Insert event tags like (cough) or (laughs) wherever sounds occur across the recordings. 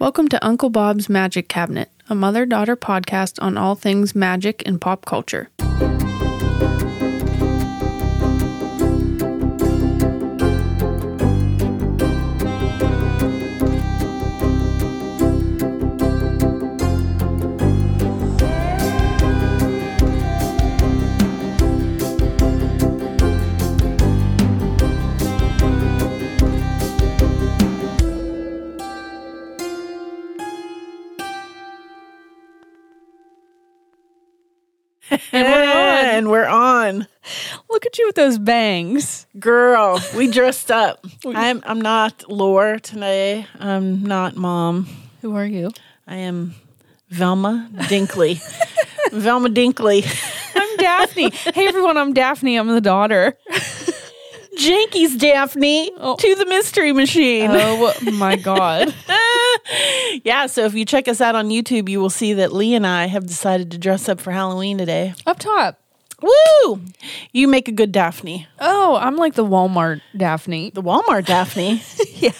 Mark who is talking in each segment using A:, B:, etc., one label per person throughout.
A: Welcome to Uncle Bob's Magic Cabinet, a mother daughter podcast on all things magic and pop culture.
B: And we're, on.
C: Look at you with those bangs.
B: Girl, we dressed (laughs) up. I'm I'm not Lore today. I'm not mom.
C: Who are you?
B: I am Velma (laughs) Dinkley. Velma Dinkley.
C: I'm (laughs) Daphne. hey everyone, I'm Daphne. I'm the daughter.
B: Jinkies Daphne to the mystery machine.
C: Oh my god.
B: Yeah, so if you check us out on YouTube, you will see that Lee and I have decided to dress up for Halloween today.
C: (laughs) Up top.
B: Woo! You make a good Daphne.
C: Oh, I'm like the Walmart Daphne.
B: The Walmart (laughs) Daphne.
C: Yeah.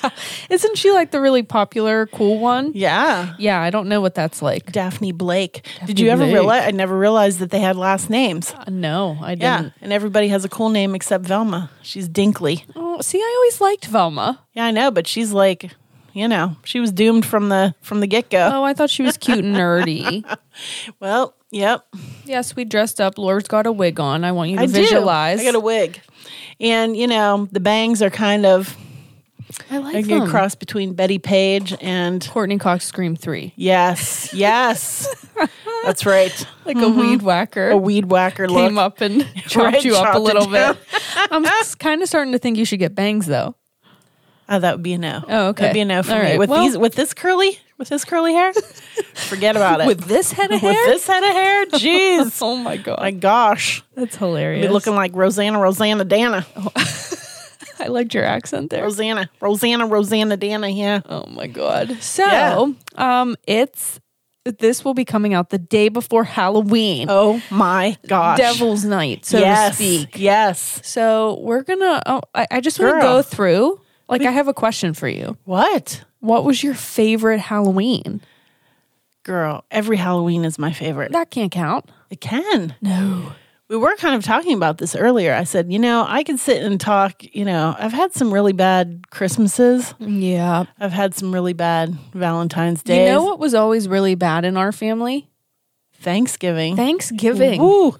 C: Isn't she like the really popular cool one?
B: yeah.
C: Yeah, I don't know what that's like.
B: Daphne Blake. Did you ever
C: Blake.
B: realize? I never realized that they had last names.
C: Uh, No, I didn't.
B: Yeah, and everybody has a cool name except Velma. She's Dinkley.
C: Oh, see, I always liked Velma.
B: Yeah, I know, but she's like, you know, she was doomed from the from the get go.
C: Oh, I thought she was cute and nerdy.
B: Well, yep,
C: (laughs) yes, we dressed up. Laura's got a wig on. I want you to
B: I do.
C: visualize.
B: I got a wig, and you know, the bangs are kind of
C: I like
B: a good
C: them.
B: cross between Betty Page and
C: Courtney Cox Scream 3. (laughs)
B: yes, yes, that's right,
C: Like a weed whacker.
B: Mm-hmm. a weed whacker look.
C: came up
B: (laughs)
C: and (laughs) chopped
B: Right,
C: you up
B: chopped
C: a
B: it
C: little bit.
B: down. (laughs)
C: I'm kind of starting to think you should get bangs though.
B: Oh, that would be a no.
C: Oh, okay.
B: that'd be a no for
C: All
B: me.
C: right,
B: With
C: well-
B: these, with this curly, with this
C: (laughs)
B: curly hair, forget about it.
C: With this head of hair?
B: With this head of hair,
C: (laughs)
B: jeez,
C: oh my god,
B: my gosh.
C: that's hilarious.
B: Be looking like Rosanna, Rosanna, Dana,
C: I liked your accent there.
B: Rosanna, Rosanna, Rosanna, Dana. Yeah,
C: Oh my god. So,
B: Yeah.
C: um, it's this will be coming out the day before Halloween,
B: Oh my gosh.
C: Devil's Night, so
B: yes.
C: to speak.
B: Yes.
C: So we're gonna. Oh, I, I just want to
B: Girl.
C: go through. Like, I have a question for you.
B: What?
C: What was your favorite Halloween?
B: Girl, every Halloween is my favorite.
C: That can't count.
B: It can.
C: No.
B: We were kind of talking about this earlier. I said, you know, I could sit and talk, you know, I've had some really bad Christmases.
C: Yeah.
B: I've had some really bad Valentine's
C: You
B: Day.
C: know what was always really bad in our family?
B: Thanksgiving.
C: Thanksgiving.
B: Woo.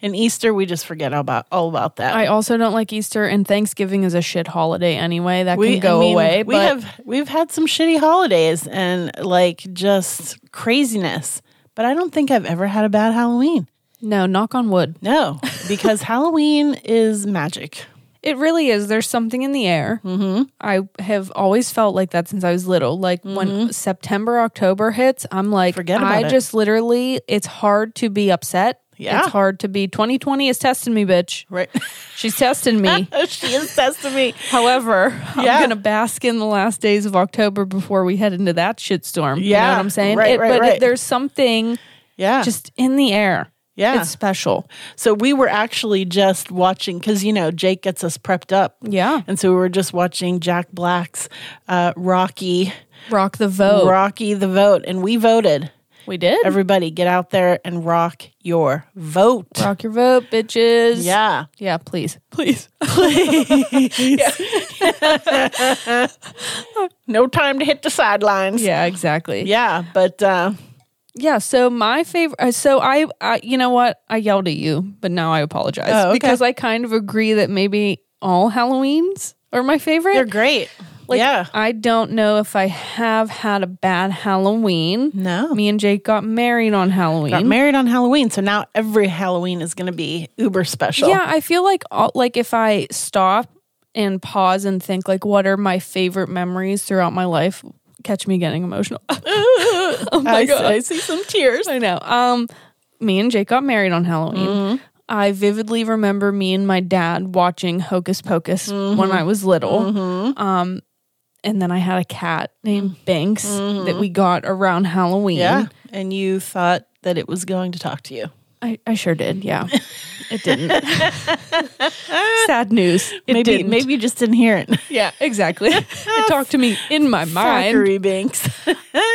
B: And Easter, we just forget all about all about that.
C: I also don't like Easter, and Thanksgiving is a shit holiday anyway. That
B: we
C: can go
B: I mean,
C: away.
B: We
C: but
B: have we've had some shitty holidays and like just craziness. But I don't think I've ever had a bad Halloween.
C: no, knock on wood.
B: No,
C: (laughs)
B: because Halloween is magic.
C: It really is. There's something in the air. Mm-hmm. I have always felt like that since I was little. Like when September, October hits, I'm like,
B: Forget about
C: I
B: it.
C: just literally, it's hard to be upset.
B: Yeah.
C: It's hard to be. 2020 is testing me, bitch. (laughs)
B: Right.
C: She's testing (laughs) me.
B: she is testing me.
C: However,
B: Yeah.
C: I'm gonna bask in the last days of October before we head into that shitstorm. you know
B: Yeah.
C: what I'm saying.
B: Right, right,
C: but
B: right.
C: there's something
B: Yeah. Just
C: just in the air.
B: Yeah.
C: it's special.
B: so we were actually just watching because you know Jake gets us prepped up.
C: Yeah,
B: And so we were just watching Jack Black's uh, Rocky
C: rock the vote.
B: Rocky the Vote, and we voted.
C: We did
B: Everybody, get out there and rock your vote.
C: rock your vote, bitches.
B: Yeah.
C: yeah. Please, please.
B: (laughs) No time to hit the sidelines.
C: yeah, exactly.
B: Yeah, but uh,
C: Yeah, so my favorite. uh, So I, I, you know what? I yelled at you, but now I apologize
B: Oh, okay.
C: because I kind of agree that maybe all Halloweens are my favorite.
B: they're great.
C: Like,
B: yeah.
C: I don't know if I have had a bad Halloween.
B: No.
C: Me and Jake got married on Halloween.
B: Got married on Halloween, so now every Halloween is going to be uber special.
C: Yeah, I feel like all, like if I stop and pause and think like what are my favorite memories throughout my life, catch me getting emotional. (laughs)
B: (laughs)
C: oh my
B: I, see,
C: god.
B: I see some tears.
C: I know. Um, me and Jake got married on Halloween.
B: Mm-hmm.
C: I vividly remember me and my dad watching Hocus Pocus
B: Mm-hmm.
C: when I was little. Um, and then I had a cat named Binks
B: Mm-hmm.
C: that we got around Halloween.
B: Yeah. And you thought that it was going to talk to you.
C: I, I sure did. (laughs) Yeah. It didn't. Sad news. It
B: maybe
C: didn't.
B: maybe you just didn't hear (laughs) it.
C: Yeah, (laughs) exactly. it talked to me in my mind.
B: Factory (laughs) Binks.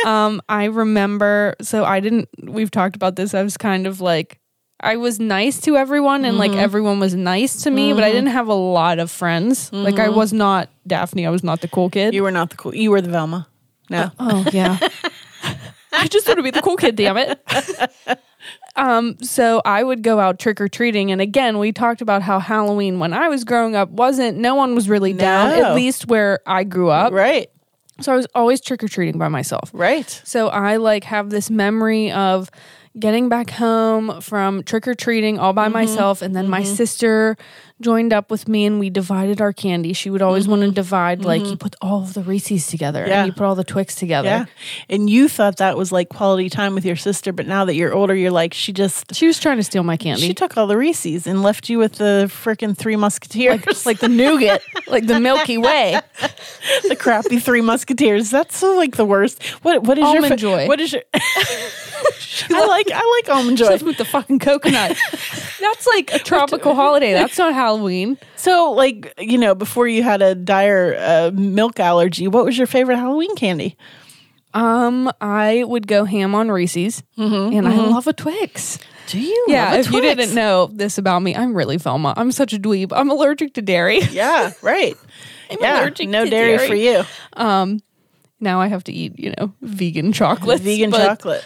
C: Um, I remember. So I didn't. We've talked about this. I was kind of like, I was nice to everyone, and like everyone was nice to me, but I didn't have a lot of friends. Like I was not Daphne. I was not the cool kid.
B: you were not the cool. You were the Velma. No.
C: oh
B: (laughs)
C: yeah. I just want to be the cool kid. Damn it. um. So I would go out trick or treating, and again, we talked about how Halloween when I was growing up wasn't. No one was really down.
B: No.
C: At least where I grew up.
B: Right.
C: So I was always trick or treating by myself.
B: Right.
C: So I like have this memory of getting back home from trick or treating all by
B: Mm-hmm.
C: myself, and then my sister joined up with me, and we divided our candy. She would always want to divide like you put all of the Reese's together,
B: Mm-hmm. Yeah.
C: and you put all the Twix together.
B: Yeah. And you thought that was like quality time with your sister, but now that you're older, you're like, she just
C: She was trying to steal my candy,
B: she took all the Reese's and left you with the freaking three
C: (laughs)
B: musketeers.
C: like the nougat, like the Milky (laughs) Way.
B: the crappy three musketeers. That's uh, like the worst. What what is your
C: Almond
B: fa-
C: Joy.
B: What is your (laughs) I like I like almond joy.
C: Stuff with the fucking coconut. That's like a (laughs) tropical holiday. That's not Halloween.
B: So, like, you know, before you had a dire uh, milk allergy, what was your favorite Halloween candy?
C: Um, I would go ham on Reese's, and I love a Twix.
B: Do you?
C: Mm-hmm, Yeah, if you didn't know this about me, I'm really Velma. I'm such a dweeb. I'm allergic to dairy.
B: Yeah, right. I'm yeah,
C: allergic
B: no
C: to
B: dairy,
C: dairy. (laughs)
B: for you.
C: (laughs) now I have to eat, you know, vegan chocolate.
B: Vegan chocolate.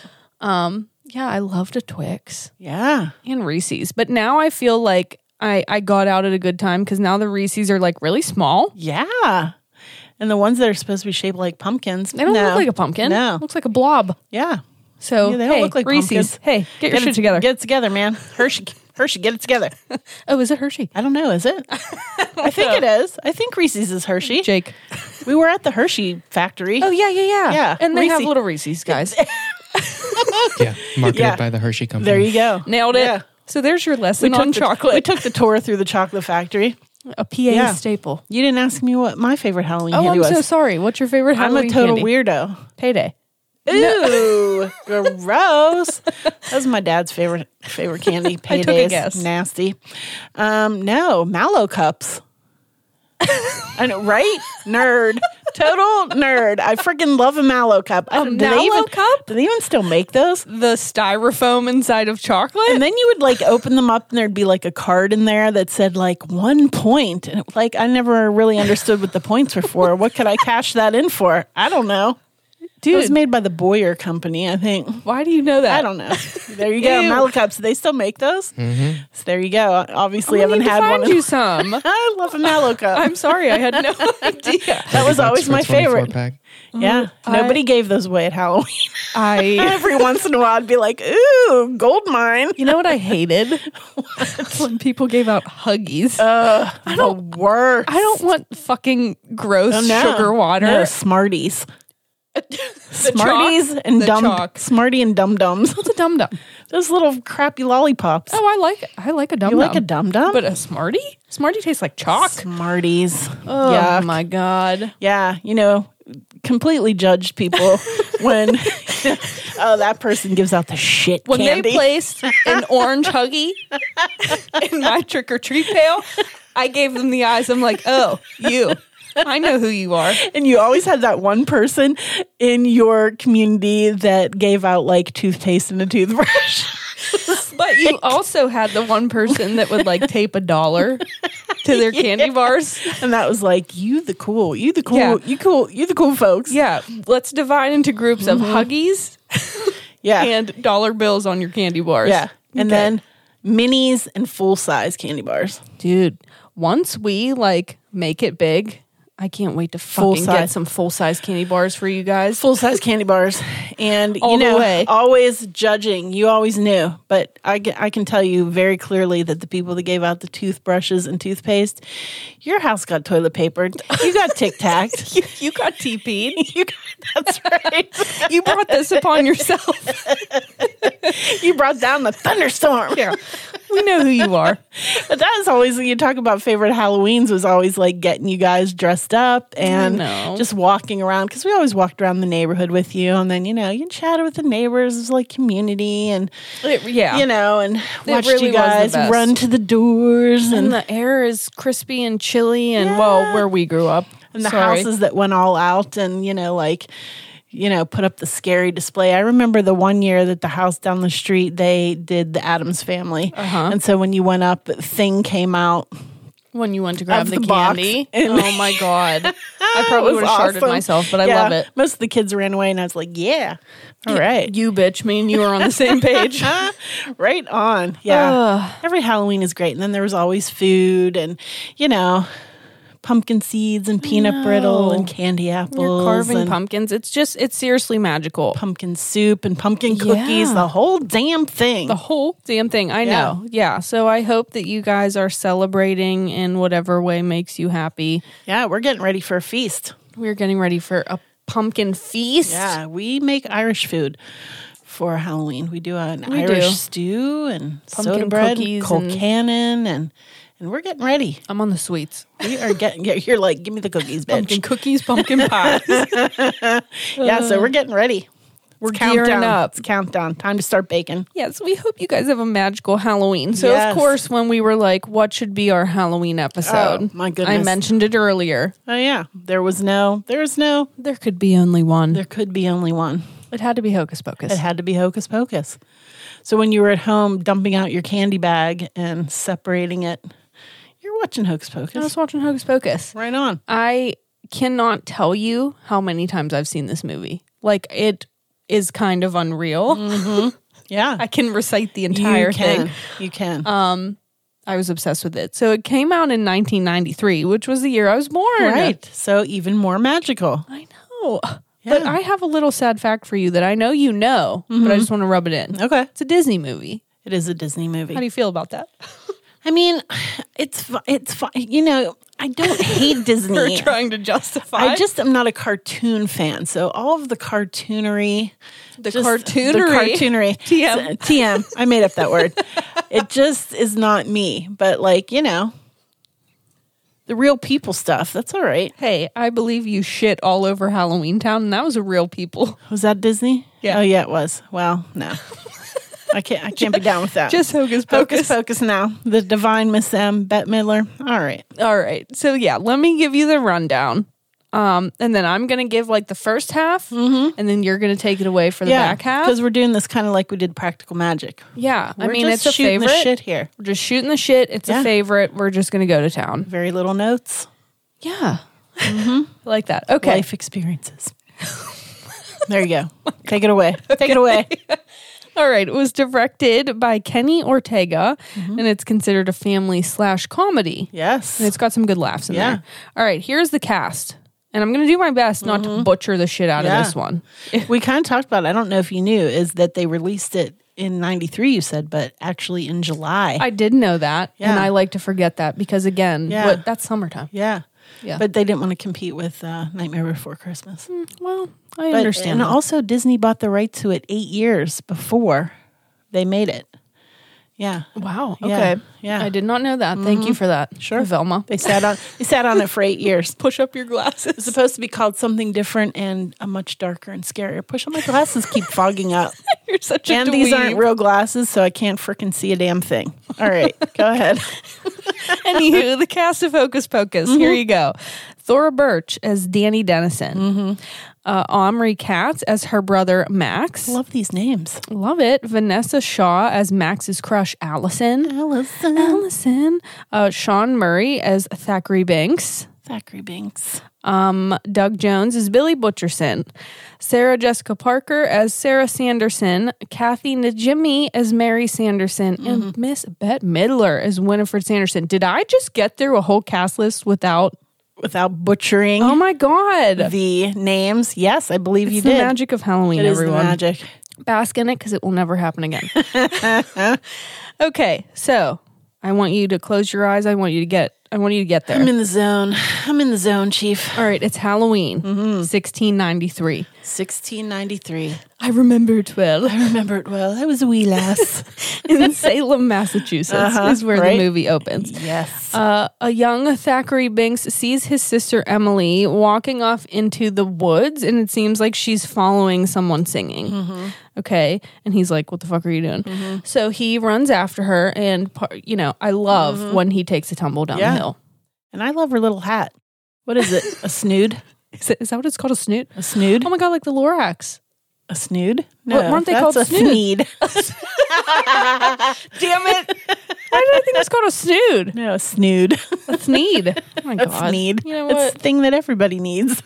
C: Yeah, I loved a Twix
B: Yeah.
C: and Reese's, but now I feel like I I got out at a good time because now the Reese's are like really small.
B: Yeah. And the ones that are supposed to be shaped like pumpkins.
C: They don't look like a pumpkin.
B: No.
C: looks like a blob.
B: Yeah.
C: So
B: Yeah, they
C: hey,
B: don't look like
C: Reese's.
B: pumpkins.
C: Hey, get your
B: it
C: shit together.
B: Get it together, man. Hershey, Hershey, get it together.
C: oh, is it Hershey?
B: I don't know,
C: (laughs)
B: is it? I think it is. I think Reese's is Hershey.
C: Jake.
B: We were at the Hershey factory.
C: Oh yeah, yeah, yeah.
B: Yeah,
C: and they have
B: Reese's.
C: little Reese's guys.
D: Yeah,
B: (laughs)
D: marketed
B: Yeah.
D: by the Hershey company.
B: There
C: (laughs)
B: you go.
C: (laughs) Nailed it.
B: Yeah.
C: So there's your lesson
B: took
C: on
B: the-
C: chocolate.
B: we took the tour through the chocolate factory.
C: (laughs) a PA
B: Yeah.
C: staple.
B: You didn't ask me what my favorite Halloween
C: Oh,
B: candy
C: I'm
B: was.
C: so sorry. What's your favorite
B: I'm
C: Halloween
B: a total
C: candy?
B: weirdo.
C: Payday.
B: Ooh, (laughs) gross. That was my dad's favorite favorite candy.
C: (laughs)
B: Paydays.
C: I took a guess.
B: Nasty. Um, no,
C: (laughs)
B: mallow cups. I know, right? Nerd. Total nerd. I freaking love a mallow cup. I don't- do
C: mallow
B: they even,
C: cup?
B: Do they even still make those?
C: the styrofoam inside of chocolate.
B: And then you would like open them up, and there'd be like a card in there that said like one point. And it- like I never really understood what the points were for. What could I cash that in for? I don't know. Dude, it was made by the Boyer Company, I think.
C: Why do you know that?
B: I don't know. There you go,
C: Ew.
B: Mallow cups. Do they still make those? Mm-hmm. So there you go. Obviously,
C: I
B: haven't had
C: find
B: one.
C: (laughs) you some.
B: (laughs) I love a Mallow cup.
C: I'm sorry, I had (laughs) no idea.
B: that was always my favorite.
D: Pack.
B: Yeah,
C: Mm-hmm.
B: nobody gave those away at Halloween. (laughs)
C: (laughs) I.
B: Every once in a while, I'd be like, "Ooh, gold mine."
C: You know what I hated? (laughs) When people gave out Huggies.
B: (laughs) I don't work.
C: I don't want fucking gross sugar water.
B: Oh, No, Smarties.
C: (laughs) The
B: Smarties
C: chalk-
B: and
C: the
B: dum
C: chalk.
B: Smartie and
C: (laughs)
B: dum dums.
C: It's a dum dum.
B: Those little crappy lollipops.
C: Oh, I like I like a dum.
B: you like a dum dum?
C: but a Smartie? Smartie tastes like chalk.
B: (laughs) Smarties.
C: Oh
B: yeah.
C: my god!
B: Yeah, you know, completely judged
C: (laughs)
B: people when (laughs) oh that person gives out the shit
C: When
B: candy.
C: they placed
B: (laughs)
C: an orange Huggy (laughs) in my trick or treat pail, I gave them the eyes. I'm like, oh, you. I know who you are.
B: and you always had that one person in your community that gave out like toothpaste and a toothbrush. (laughs)
C: But you also had the one person that would like tape a dollar to
B: (laughs)
C: their candy bars.
B: and that was like, you the cool, you the cool,
C: Yeah.
B: you cool, you the cool folks.
C: Yeah, let's divide into groups of huggies
B: Mm-hmm. Yeah.
C: and dollar bills on your candy bars.
B: yeah. And then minis and full size candy bars.
C: dude, once we like make it big, I can't wait to fucking get
B: size.
C: some full size candy bars for you guys.
B: full size candy bars and
C: All
B: you
C: the
B: know
C: way.
B: always judging you always knew but I, ca- I can tell you very clearly that the people that gave out the toothbrushes and toothpaste your house got toilet papered you got tic tac
C: (laughs) You, you got TP'd. (laughs)
B: you got- (laughs) that's (laughs) right
C: You brought this upon yourself.
B: you brought down the thunderstorm
C: (laughs) Yeah. we know who you are.
B: But that was always you talk about favorite Halloweens was always like getting you guys dressed up and
C: know.
B: just walking around because we always walked around the neighborhood with you and then you know you chatted with the neighbors it was like community and
C: It- yeah.
B: you know and watched
C: really was the
B: you guys
C: best. Mm-hmm.
B: run to the doors and,
C: and the air is crispy and chilly and well, where we grew up.
B: and the
C: Sorry.
B: houses that went all out and you know like you know put up the scary display i remember the one year that the house down the street they did the adams family
C: Uh-huh.
B: and so when you went up thing came out
C: when you went to grab
B: of
C: the,
B: the box
C: candy.
B: and-
C: oh (laughs) my god. I probably
B: It was
C: would have
B: awesome.
C: sharted myself, but I
B: Yeah,
C: love it.
B: most of the kids ran away and i was like yeah all right
C: You bitch, me and you are on the same (laughs) page.
B: right on yeah
C: Ugh.
B: every halloween is great and then there was always food and you know pumpkin seeds and peanut brittle and candy apples
C: You're carving
B: and
C: pumpkins. It's just it's seriously magical.
B: pumpkin soup and pumpkin cookies
C: Yeah.
B: the whole damn thing
C: the whole damn thing. I know. Yeah. So I hope that you guys are celebrating in whatever way makes you happy.
B: Yeah, we're getting ready for a feast.
C: We're getting ready for a pumpkin feast.
B: Yeah, we make Irish food for Halloween. We do an
C: We
B: Irish
C: do.
B: stew and
C: Pumpkin
B: soda bread,
C: cookies
B: cold
C: and-
B: cannon, and and we're getting ready.
C: I'm on the sweets.
B: We are getting. yeah, You're like, give me the cookies,
C: Pumpkin (laughs)
B: bitch.
C: cookies, pumpkin pies.
B: yeah, so we're getting ready. We're
C: gearing up.
B: It's countdown. Time to start baking.
C: Yes, we hope you guys have a magical Halloween. So,
B: Yes.
C: of course, when we were like, what should be our Halloween episode?
B: Oh, my goodness.
C: I mentioned it earlier.
B: Oh yeah, there was no. There was no.
C: There could be only one.
B: There could be only one.
C: it had to be Hocus Pocus.
B: It had to be Hocus Pocus. So when you were at home dumping out your candy bag and separating it, you're watching Hocus Pocus.
C: I was watching Hocus Pocus.
B: Right on.
C: I cannot tell you how many times I've seen this movie. Like, it is kind of unreal.
B: Yeah.
C: (laughs) I can recite the entire
B: Mm. you can.
C: thing.
B: You
C: Um,
B: can.
C: I was obsessed with it. So, it came out in 1993, which was the year I was born.
B: right. So even more magical.
C: I know. But I have a little sad fact for you that I know you know, but I just want to rub it in.
B: Mm-hmm. Okay.
C: It's a Disney movie.
B: It is a Disney movie.
C: How do you feel about that? (laughs)
B: I mean, it's fu- it's fu- you know, I don't
C: (laughs)
B: hate Disney.
C: to justify
B: I just am not a cartoon fan. So all of the cartoonery,
C: the
B: just
C: cartoonery.
B: the cartoonery,
C: (laughs) TM.
B: TM. I made up that word. it just is not me. But like you know, the real people stuff. That's all right.
C: Hey, I believe you shit all over Halloween Town, and that was a real people. (laughs)
B: Was that Disney?
C: Yeah.
B: Oh yeah, it was. Well, no. I can't. I can't be down with that.
C: Just hocus
B: Focus,
C: pocus.
B: focus now. The divine Miss M, Bette Midler. All right.
C: All right, so yeah, let me give you the rundown, um, and then I'm gonna give like the first half,
B: Mm-hmm.
C: and then you're gonna take it away for the back half.
B: because we're doing this kind of like we did Practical Magic.
C: Yeah, I
B: We're
C: mean
B: just
C: it's a
B: shooting
C: favorite.
B: The shit here.
C: We're just shooting the shit. It's
B: Yeah.
C: a favorite. We're just gonna go to town.
B: Very little notes.
C: Yeah, (laughs) I like that. Okay,
B: Mm-hmm. Life experiences. (laughs) there you go. Take it away. Take it (laughs) away.
C: All right. It was directed by Kenny Ortega,
B: Mm-hmm.
C: and it's considered a family slash comedy.
B: Yes.
C: And it's got some good laughs in
B: Yeah.
C: there. All right. Here's the cast. And I'm going to do my best not to butcher the shit out
B: Mm-hmm. Yeah.
C: of this one.
B: we kind of talked about. It. I don't know if you knew is that they released it in '93. You said, but actually in July.
C: I did know that. And
B: Yeah.
C: I like to forget that because, again,
B: Yeah.
C: what, that's summertime.
B: yeah. Hmm.
C: Yeah.
B: But they didn't want to compete with uh, Nightmare Before Christmas.
C: Well, I
B: But-
C: understand.
B: And
C: that.
B: also, Disney bought the right to it eight years before they made it. Yeah,
C: wow.
B: Yeah.
C: Okay.
B: Yeah. Mm-hmm.
C: I did not know that. Thank you for that.
B: Sure.
C: Velma.
B: they sat on they sat on it for eight years.
C: Push up your
B: It's
C: glasses. (laughs)
B: supposed to be called something different and a much darker and scarier. Push on my glasses, keep fogging up,
C: You're such a
B: and these aren't
C: dweeb.
B: real glasses, so I can't freaking see a damn thing. All right, (laughs) go ahead.
C: Anywho, (laughs) the cast of Hocus Pocus.
B: Mm-hmm.
C: Here you go. Thora Birch as Danny Dennison.
B: Mm-hmm.
C: Uh, Omri Katz as her brother Max. Love,
B: Love these names,
C: it. Vanessa Shaw as Max's crush
B: Mm-hmm.
C: Allison.
B: Allison
C: Allison. Uh, Sean Murray as Thackeray Banks.
B: Thackeray Binks.
C: Um, Doug Jones as Billy Butcherson. Sarah Jessica Parker as Sarah Sanderson. Kathy Najimy as Mary Sanderson. And
B: Mm-hmm.
C: Miss Bette Midler as Winifred Sanderson. Did I just get through a whole cast list without
B: Without butchering
C: Oh my god!
B: the names, yes, I believe you
C: It's the
B: did.
C: magic of Halloween,
B: It is the
C: everyone.
B: magic.
C: Bask in it because it will never happen again.
B: (laughs)
C: okay, so I want you to close your eyes. I want you to get I want you to get there.
B: I'm in the zone. I'm in the zone, Chief.
C: All right, it's Halloween,
B: Mm-hmm.
C: 1693.
B: 1693.
C: I remember it well.
B: (laughs) I remember it well. I was a wee lass.
C: (laughs) in Salem, Massachusetts, is where
B: right.
C: the movie opens.
B: (laughs) yes.
C: Uh-huh. Uh, a young Thackeray Binks sees his sister Emily walking off into the woods, and it seems like she's following someone singing. Okay, and he's like, "What the fuck are you doing?" So he runs after her, and par- you know, I love when he takes a tumble down
B: Yeah.
C: the hill.
B: And I love her little hat. What is it? A snood?
C: Is, it, is that what it's called? A snoot?
B: A snood?
C: Oh my god, like the Lorax.
B: A snood?
C: What- weren't they
B: that's
C: called
B: a (laughs)
C: snood?
B: sneed. Damn it.
C: (laughs) Why did I think that's called a snood?
B: No, a snood.
C: A (laughs) sneed. Oh my god,
B: That's need.
C: You know
B: It's
C: what?
B: the thing that everybody
C: (laughs)
B: needs.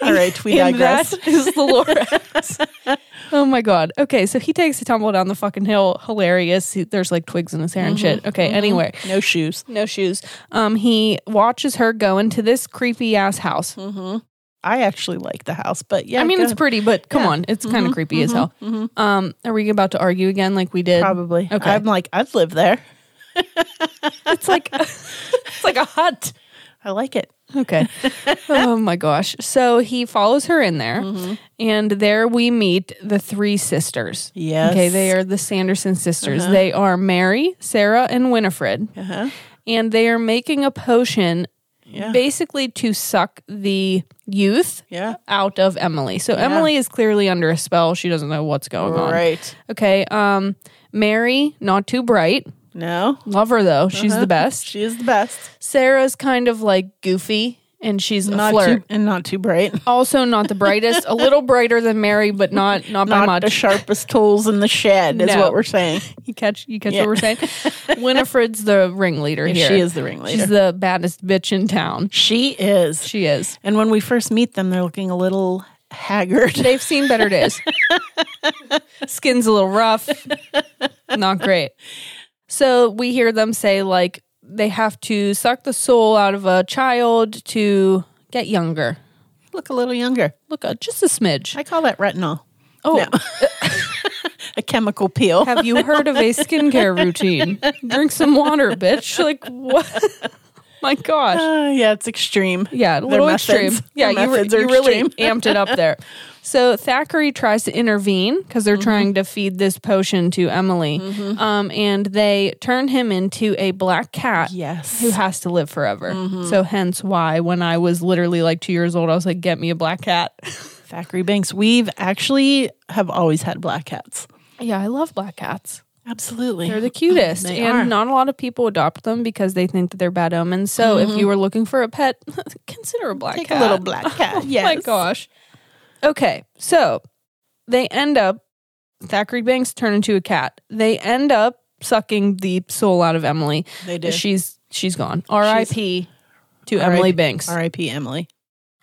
B: All right, we
C: And
B: digress.
C: that (laughs) is the Lorax. (laughs) oh my god. Okay, so he takes a tumble down the fucking hill. Hilarious. He- there's like twigs in his hair and shit. Okay, anyway.
B: no shoes.
C: No shoes. Um, he watches her go into this creepy ass house.
B: I actually like the house, but yeah,
C: I mean,
B: go
C: it's
B: ahead.
C: pretty, but come on, it's kind of creepy as hell. Um, are we about to argue again, like we did?
B: probably.
C: Okay.
B: I'm like, I'd live there.
C: It's like (laughs) it's like a hut.
B: I like it. (laughs)
C: Okay. oh my gosh. So he follows her in there,
B: Mm-hmm.
C: and there we meet the three sisters.
B: Yes.
C: Okay, they are the Sanderson sisters. They are Mary, Sarah, and Winifred,
B: Uh-huh.
C: and they are making a potion
B: Yeah.
C: basically to suck the youth
B: Yeah.
C: out of Emily. So Emily is clearly under a spell. She doesn't know what's going on.
B: Right.
C: Okay. Um, Mary, not too bright.
B: No,
C: Love her though. She's the best.
B: Uh-huh. she is the best.
C: Sarah's kind of like goofy and she's a
B: Not
C: flirt.
B: too and not too bright.
C: also (laughs) not the brightest. a little brighter than Mary, but not not, by
B: Not
C: much.
B: the sharpest tools in the shed is
C: No.
B: what we're saying.
C: You catch you catch
B: Yeah.
C: what we're
B: (laughs)
C: saying? Winifred's the ringleader here.
B: She is the ringleader.
C: She's the baddest bitch in town.
B: she is.
C: She is.
B: and when we first meet them, they're looking a little haggard.
C: They've seen better days. Skin's a little rough. Not great. So we hear them say like they have to suck the soul out of a child to get younger.
B: (laughs) Look a little younger.
C: Look, uh, just a smidge.
B: I call that retinol.
C: Oh, (laughs)
B: (laughs) a chemical peel.
C: Have you heard of a skincare
B: (laughs)
C: routine? Drink some water, bitch. Like what? (laughs) My gosh.
B: Uh, yeah, it's extreme.
C: Yeah, a
B: Their
C: little
B: methods-
C: extreme. Yeah,
B: their
C: you, re-
B: methods are
C: you really
B: extreme. (laughs)
C: amped it up there. So Thackeray tries to intervene because
B: Mm-hmm.
C: they're trying to feed this potion to Emily, um, and they turn him into a black cat.
B: Yes. Mm-hmm.
C: Who has to live forever. So, hence why when I was literally like two years old, I was like, get me a black cat. (laughs)
B: Thackeray Banks. We've actually have always had black cats.
C: yeah, I love black cats.
B: Absolutely. (laughs)
C: They're the cutest,
B: They
C: and
B: are.
C: not a lot of people adopt them because they think that they're bad omens. So, if you were looking for a pet, (laughs) consider a black
B: Mm-hmm. Take
C: cat.
B: a little black cat.
C: (laughs) Oh
B: yes.
C: my gosh. Okay, so they end up Thackeray Banks turn into a cat. They end up sucking the soul out of Emily.
B: They do.
C: She's she's gone. R.I.P. to
B: R.I.P.
C: Emily Banks.
B: R.I.P. Emily.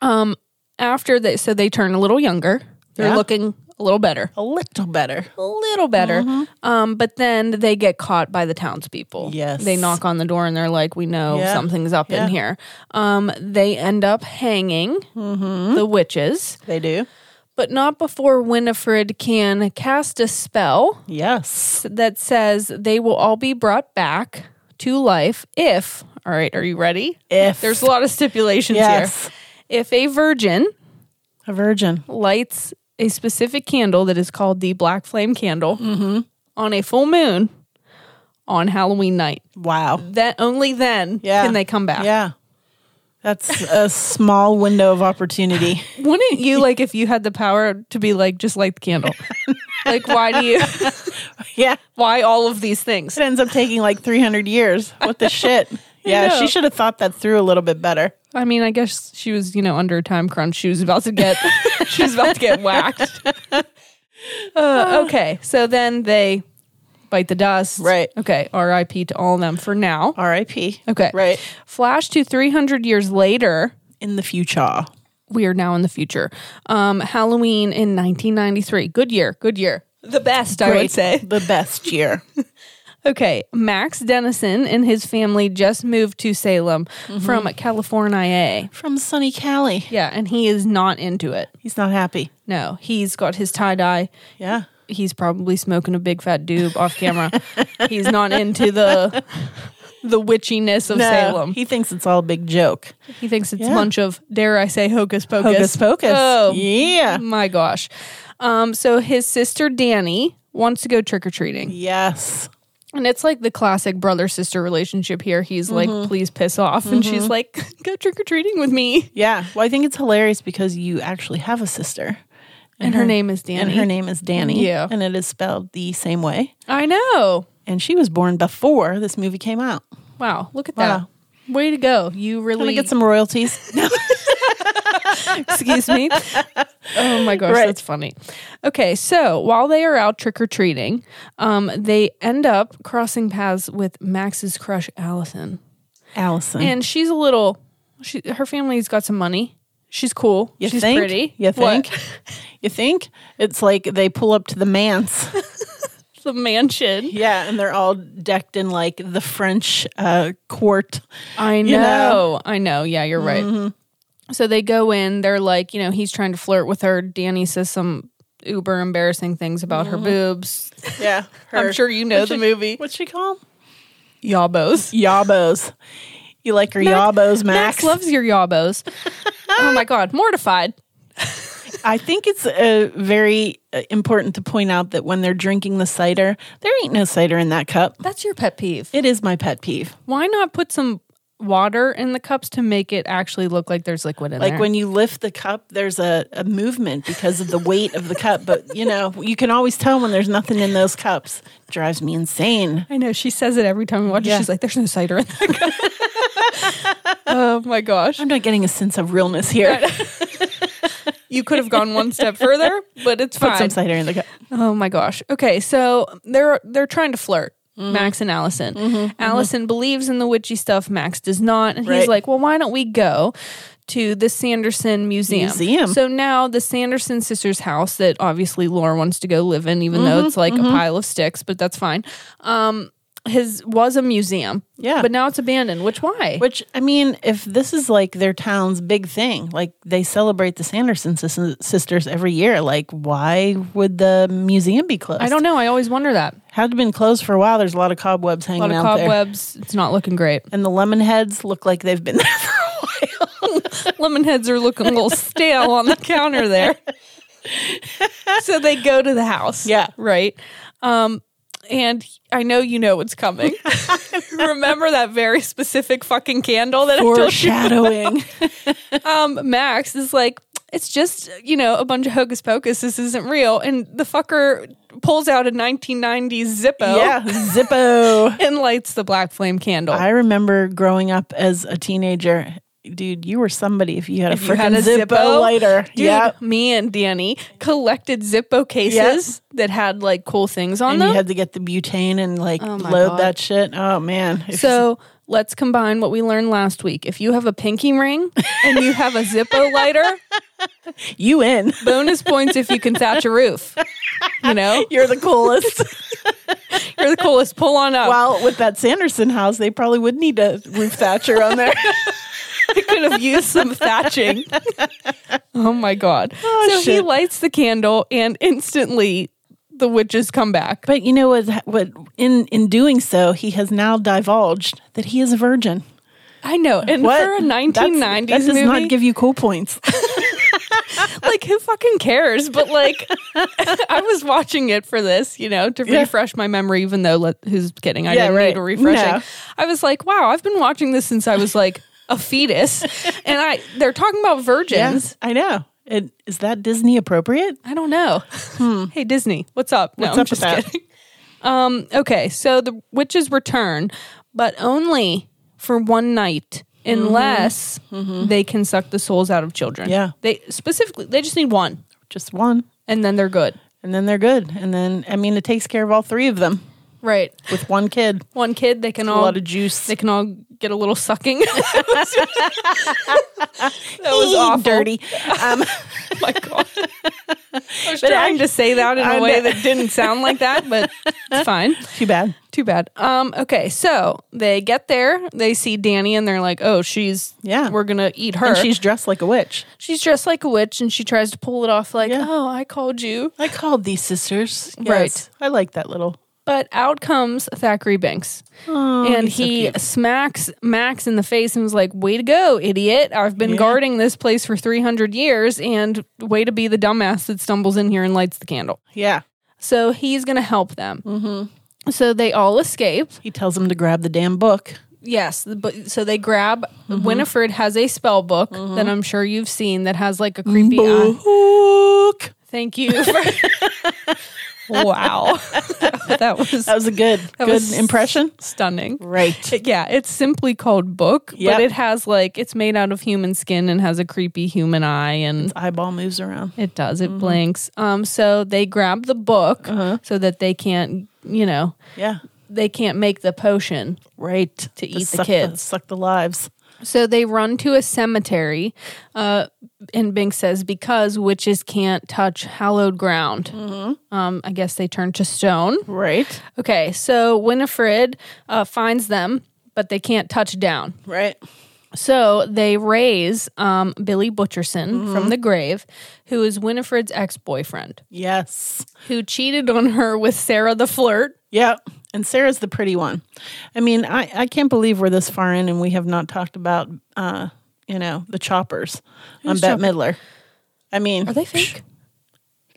C: Um, after they so they turn a little younger. They're
B: Yeah.
C: looking a little better.
B: A little better.
C: a little better.
B: Mm-hmm.
C: Um, but then they get caught by the townspeople.
B: Yes.
C: They knock on the door and they're like, we know
B: Yeah.
C: something's up
B: Yeah.
C: in here. Um, they end up hanging
B: Mm-hmm.
C: the witches,
B: They do.
C: but not before Winifred can cast a spell
B: Yes.
C: that says they will all be brought back to life if, all right, are you ready?
B: If
C: There's a lot of stipulations
B: Yes.
C: here. If a virgin
B: a virgin.
C: lights a specific candle that is called the black flame candle on a full moon on Halloween night.
B: Wow.
C: That only then
B: Yeah.
C: can they come back.
B: Yeah. That's a small window
C: (laughs)
B: of opportunity.
C: (laughs) Wouldn't you like if you had the power to be like just light the
B: (laughs)
C: candle? like why do you
B: yeah.
C: why all of these things?
B: It ends up taking like 300 years. What
C: (laughs)
B: the shit? Yeah,
C: know.
B: she should have thought that through a little bit better.
C: I mean, I guess she was, you know, under a time crunch. She was about to get, (laughs) she was about to get whacked. Uh, okay, so then they bite the dust,
B: Right.
C: Okay, R.I.P. to all of them for now.
B: R.I.P.
C: Okay.
B: Right.
C: Flash to 300 years later.
B: In the future.
C: We are now in the future. Um, Halloween in 1993. Good year. Good year. The best, I would (laughs) say.
B: The best year.
C: Okay. Max Dennison and his family just moved to Salem from California.
B: (laughs) From sunny Cali.
C: Yeah. And he is not into it.
B: He's not happy.
C: No, he's got his tie dye.
B: Yeah.
C: (laughs) He's probably smoking a big fat doob off camera. he's not into the the witchiness of
B: No,
C: Salem.
B: He thinks it's all a big joke.
C: He thinks it's
B: Yeah.
C: a bunch of, dare I say, hocus pocus.
B: Hocus pocus.
C: Oh,
B: Yeah.
C: my gosh. Um, so his sister Danny wants to go trick or treating.
B: Yes.
C: And it's like the classic brother sister relationship here. He's like,
B: Mm-hmm.
C: please piss off. And she's like, (laughs) go trick or treating with me.
B: Yeah. Well, I think it's hilarious because you actually have a sister.
C: And her name is Danny.
B: And her name is Danny.
C: Yeah.
B: And it is spelled the same way.
C: I know.
B: And she was born before this movie came out.
C: Wow. Look at
B: Wow.
C: that. Way to go. You
B: Can we
C: really
B: get some royalties? No.
C: Excuse
B: (laughs)
C: me. oh my gosh,
B: Right.
C: that's funny. Okay, so while they are out trick or treating, um, they end up crossing paths with Max's crush, Allison,
B: Allison.
C: and she's a little. She, her family's got some money. She's cool.
B: you
C: she's
B: think?
C: pretty.
B: You
C: What?
B: think? You think? It's like they pull up to the manse.
C: the mansion?
B: yeah. And they're all decked in like the French uh, court.
C: I know.
B: You know? Mm-hmm.
C: I know. Yeah, you're right. So they go in. They're like, you know, he's trying to flirt with her. Danny says some uber embarrassing things about
B: Mm-hmm.
C: her boobs.
B: (laughs) Yeah.
C: I'm sure you know the movie.
B: What's she called?
C: Yabos.
B: Yabos. You like her yabos, Max?
C: Max loves your (laughs) yabos. oh my god, mortified.
B: I think it's uh, very uh, important to point out that when they're drinking the cider, there ain't no cider in that cup.
C: That's your pet peeve.
B: It is my pet peeve.
C: Why not put some water in the cups to make it actually look like there's liquid in
B: Like
C: there?
B: when you lift the cup, there's a, a movement because of the weight of the cup. But you know, you can always tell when there's nothing in those cups. Drives me insane.
C: I know she says it every time we watch
B: Yeah.
C: it. She's like, "There's no cider in that cup." (laughs) oh my gosh,
B: I'm not getting a sense of realness here.
C: you could have gone one step further, but it's
B: Put some
C: fine.
B: cider in the cup.
C: Oh my gosh. Okay, so they're they're trying to flirt.
B: Mm-hmm.
C: Max and Allison. Allison believes in the witchy stuff. Max does not, and he's
B: Right.
C: like, "Well, why don't we go to the Sanderson Museum?"
B: Museum.
C: So now the Sanderson sisters' house that obviously Laura wants to go live in, even though
B: Mm-hmm,
C: it's like a pile of sticks, but that's fine. Um, his was a museum,
B: Yeah.
C: but now it's abandoned. Which why?
B: Which I mean, if this is like their town's big thing, like they celebrate the Sanderson sis- sisters every year, like why would the museum be closed?
C: I don't know. I always wonder that.
B: Had been closed for a while. There's a lot of cobwebs
C: A
B: hanging
C: lot of
B: out there,
C: cobwebs. It's not looking great.
B: and the lemon heads look like they've been there for a while.
C: lemon heads are looking a
B: (laughs)
C: little stale on the counter there. so they go to the house.
B: (laughs) Yeah.
C: Right. Um, and I know you know what's
B: (laughs)
C: coming. Remember that very specific fucking candle that I told you.
B: Foreshadowing.
C: Um, Max is like, it's just you know a bunch of hocus pocus. This isn't real. And the fucker pulls out a 1990s Zippo
B: (laughs) yeah, Zippo.
C: and lights the black flame candle.
B: I remember growing up as a teenager. Dude, you were somebody if you had a
C: You had
B: freaking Zippo, lighter.
C: Dude,
B: yeah.
C: me and Danny collected Zippo cases that had like cool things on
B: And
C: them.
B: you had to get the butane and like
C: Oh my
B: load
C: God.
B: that shit. Oh man. If-
C: so let's combine what we learned last week. If you have a pinky ring and you have a
B: (laughs)
C: Zippo lighter,
B: you in.
C: bonus points if you can thatch a roof. You know,
B: (laughs) You're the coolest.
C: (laughs) you're the coolest. Pull on up.
B: (laughs) well, with that Sanderson house, they probably would need a roof thatcher on there.
C: (laughs) I could have used some
B: (laughs)
C: thatching. oh my god! so he
B: shit.
C: lights the candle, and instantly the witches come back.
B: but you know what what in in doing so, he has now divulged that he is a virgin.
C: I know, and
B: What?
C: for a
B: That's-
C: 1990s
B: that does
C: movie,
B: not give you cool points.
C: like who fucking cares but like (laughs) i was watching it for this you know to
B: Yeah.
C: refresh my memory even though let, who's kidding i
B: Yeah,
C: didn't
B: right.
C: need a refreshing
B: No.
C: i was like wow i've been watching this since i was like a
B: (laughs)
C: fetus and i they're talking about virgins
B: I know. It, is that Disney appropriate?
C: i don't know hey disney what's up no
B: Hmm. What's
C: i'm
B: up
C: just
B: with that?
C: kidding um okay so the witches return but only for one night
B: Mm-hmm.
C: unless they can suck the souls out of children
B: Yeah.
C: they specifically they just need one
B: (laughs) Just one.
C: and then they're good
B: And then they're good. And then, I mean, it takes care of all three of them
C: right
B: with
C: (laughs)
B: one kid.
C: one kid, they can all
B: a lot of juice.
C: they can all get a little sucking. (laughs) that was awful.
B: Dirty. Um,
C: Oh (laughs) my God. I was
B: But
C: trying
B: I-
C: to say that in a
B: I
C: way
B: know.
C: that didn't sound like that, but (laughs) it's fine.
B: (laughs) too bad.
C: Too bad. Um, okay, so they get there, they see Danny, and they're like, "Oh, she's
B: Yeah.
C: we're gonna eat her."
B: And she's dressed like a witch.
C: she's dressed like a witch, and she tries to pull it off, like,
B: Yeah.
C: "Oh, I called you."
B: I called these sisters.
C: Yes.
B: I like that little.
C: But out comes Thackeray Banks. and he smacks Max in the face and was like, Way to go, idiot. I've been guarding this place for 300 years, and way to be the dumbass that stumbles in here and lights the candle.
B: Yeah.
C: So he's going to help them. So they all escape.
B: He tells him to grab the damn book.
C: Yes, the bu- so they grab. Winifred has a spell book that I'm sure you've seen that has like a creepy. eye.
B: Book.
C: Thank you. For- (laughs) wow, (laughs) that was
B: That was a good,
C: That
B: good
C: was-
B: impression.
C: stunning.
B: Right.
C: Yeah, it's simply called book,
B: Yep.
C: but it has like it's made out of human skin and has a creepy human eye and
B: Eyeball moves around.
C: it does it blinks. Um, so they grab the book so that they can't, you know,
B: Yeah.
C: they can't make the potion.
B: Right. To
C: eat the
B: suck
C: kids.
B: suck the lives.
C: So they run to a cemetery, uh, and Bink says, because witches can't touch hallowed ground. Um, I guess they turn to stone.
B: Right.
C: Okay, so Winifred uh, finds them, but they can't touch down.
B: Right.
C: So they raise um, Billy Butcherson from the grave, who is Winifred's ex boyfriend,
B: Yes.
C: who cheated on her with Sarah the flirt.
B: Yeah. And Sarah's the pretty one. I mean, I, I can't believe we're this far in and we have not talked about, uh, you know, the choppers on Bette Midler. I mean,
C: Are they fake?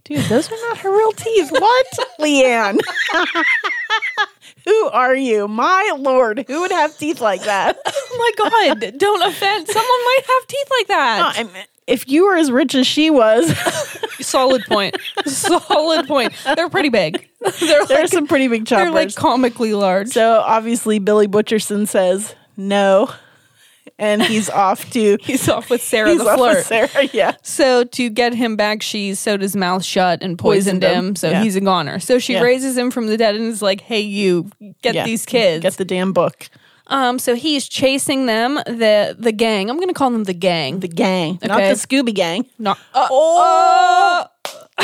B: dude, those are not her real teeth. (laughs) What, Leanne? (laughs) who are you? My Lord, who would have teeth like that?
C: (laughs)
B: (laughs)
C: oh my God, don't offend. Someone might have teeth like that.
B: (laughs) I mean, if you were as rich as she was, (laughs)
C: Solid point. Solid point. They're pretty big. (laughs) They're
B: there are
C: like,
B: some pretty big choppers.
C: they're like comically large.
B: So obviously, Billy Butcherson says no, (laughs) and he's off to
C: he's off with Sarah
B: he's
C: the
B: off
C: flirt.
B: with Sarah. Yeah,
C: So to get him back, she sewed his mouth shut and poisoned,
B: Poisoned him.
C: him. So
B: Yeah.
C: he's a goner. So she
B: Yeah.
C: raises him from the dead and is like, "Hey, you get
B: Yeah.
C: these kids."
B: Get the damn book.
C: um. So he's chasing them. the The gang. I'm gonna call them the gang.
B: The gang, not
C: Okay.
B: the Scooby Gang.
C: not uh,
B: (laughs)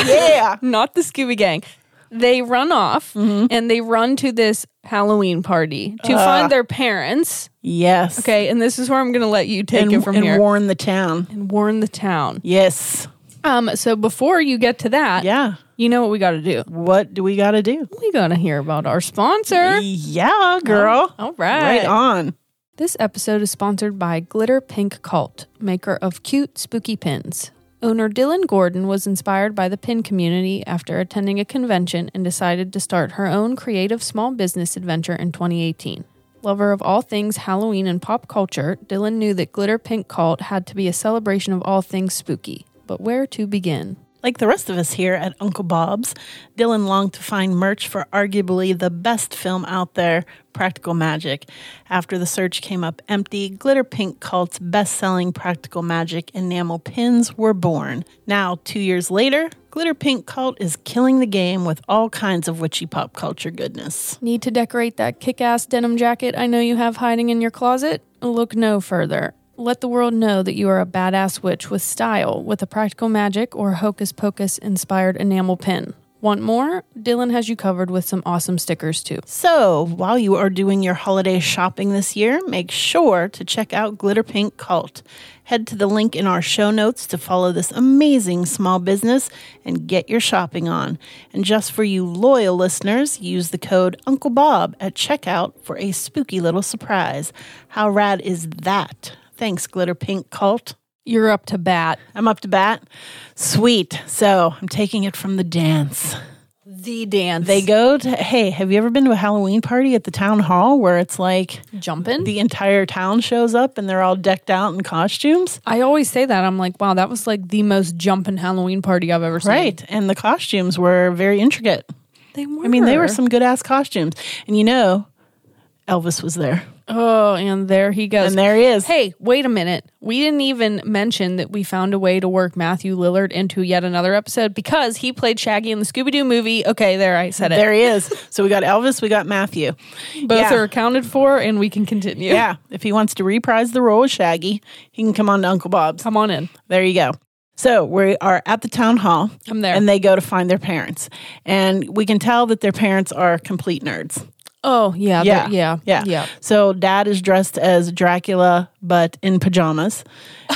B: Yeah,
C: not the Scooby Gang. They run off
B: Mm-hmm.
C: and they run to this Halloween party to
B: Uh.
C: find their parents.
B: yes.
C: Okay, and this is where I'm going to let you take
B: and,
C: it from
B: and
C: here.
B: warn the town.
C: and warn the town.
B: Yes.
C: Um, so before you get to that,
B: Yeah.
C: you know what we got to do?
B: What do we got to do?
C: We got to hear about our sponsor.
B: Yeah, girl.
C: Oh, All
B: Right
C: right.
B: on.
C: This episode is sponsored by Glitter Pink Cult, maker of cute, spooky pins. Owner Dylan Gordon was inspired by the pin community after attending a convention and decided to start her own creative small business adventure in 2018. Lover of all things Halloween and pop culture, Dylan knew that Glitter Pink Cult had to be a celebration of all things spooky. But where to begin?
B: Like the rest of us here at Uncle Bob's, Dylan longed to find merch for arguably the best film out there, Practical Magic. After the search came up empty, Glitter Pink Cult's best selling Practical Magic enamel pins were born. Now, two years later, Glitter Pink Cult is killing the game with all kinds of witchy pop culture goodness.
C: Need to decorate that kick ass denim jacket I know you have hiding in your closet? Look no further. Let the world know that you are a badass witch with style with a practical magic or hocus pocus inspired enamel pin. Want more? Dylan has you covered with some awesome stickers too.
B: So, while you are doing your holiday shopping this year, make sure to check out Glitter Pink Cult. Head to the link in our show notes to follow this amazing small business and get your shopping on. And just for you loyal listeners, use the code Uncle Bob at checkout for a spooky little surprise. How rad is that? Thanks, Glitter Pink Cult.
C: You're up to bat.
B: I'm up to bat. Sweet. So, I'm taking it from the dance.
C: The dance.
B: They
C: They
B: go to, hey, have you ever been to a Halloween party at the town hall where it's like
C: jumping.
B: the entire town shows up and they're all decked out in costumes?
C: I always say that. I'm like, wow, that was like the most jumping Halloween party I've ever seen.
B: Right. And the costumes were very intricate.
C: They were.
B: I mean, they were some good ass costumes. And you know, Elvis was there.
C: Oh, and there he goes.
B: And there he is.
C: Hey, wait a minute. We didn't even mention that we found a way to work Matthew Lillard into yet another episode because he played Shaggy in the Scooby Doo movie. Okay, there, I said it.
B: There he is. So we got Elvis, we got Matthew.
C: Both
B: yeah.
C: are accounted for, and we can continue.
B: Yeah. If he wants to reprise the role of Shaggy, he can come on to Uncle Bob's.
C: Come on in.
B: There you go. So we are at the town hall.
C: I'm there.
B: And they go to find their parents. And we can tell that their parents are complete nerds.
C: Oh yeah,
B: Yeah.
C: they're- yeah,
B: Yeah.
C: yeah.
B: So dad is dressed as Dracula, but in pajamas.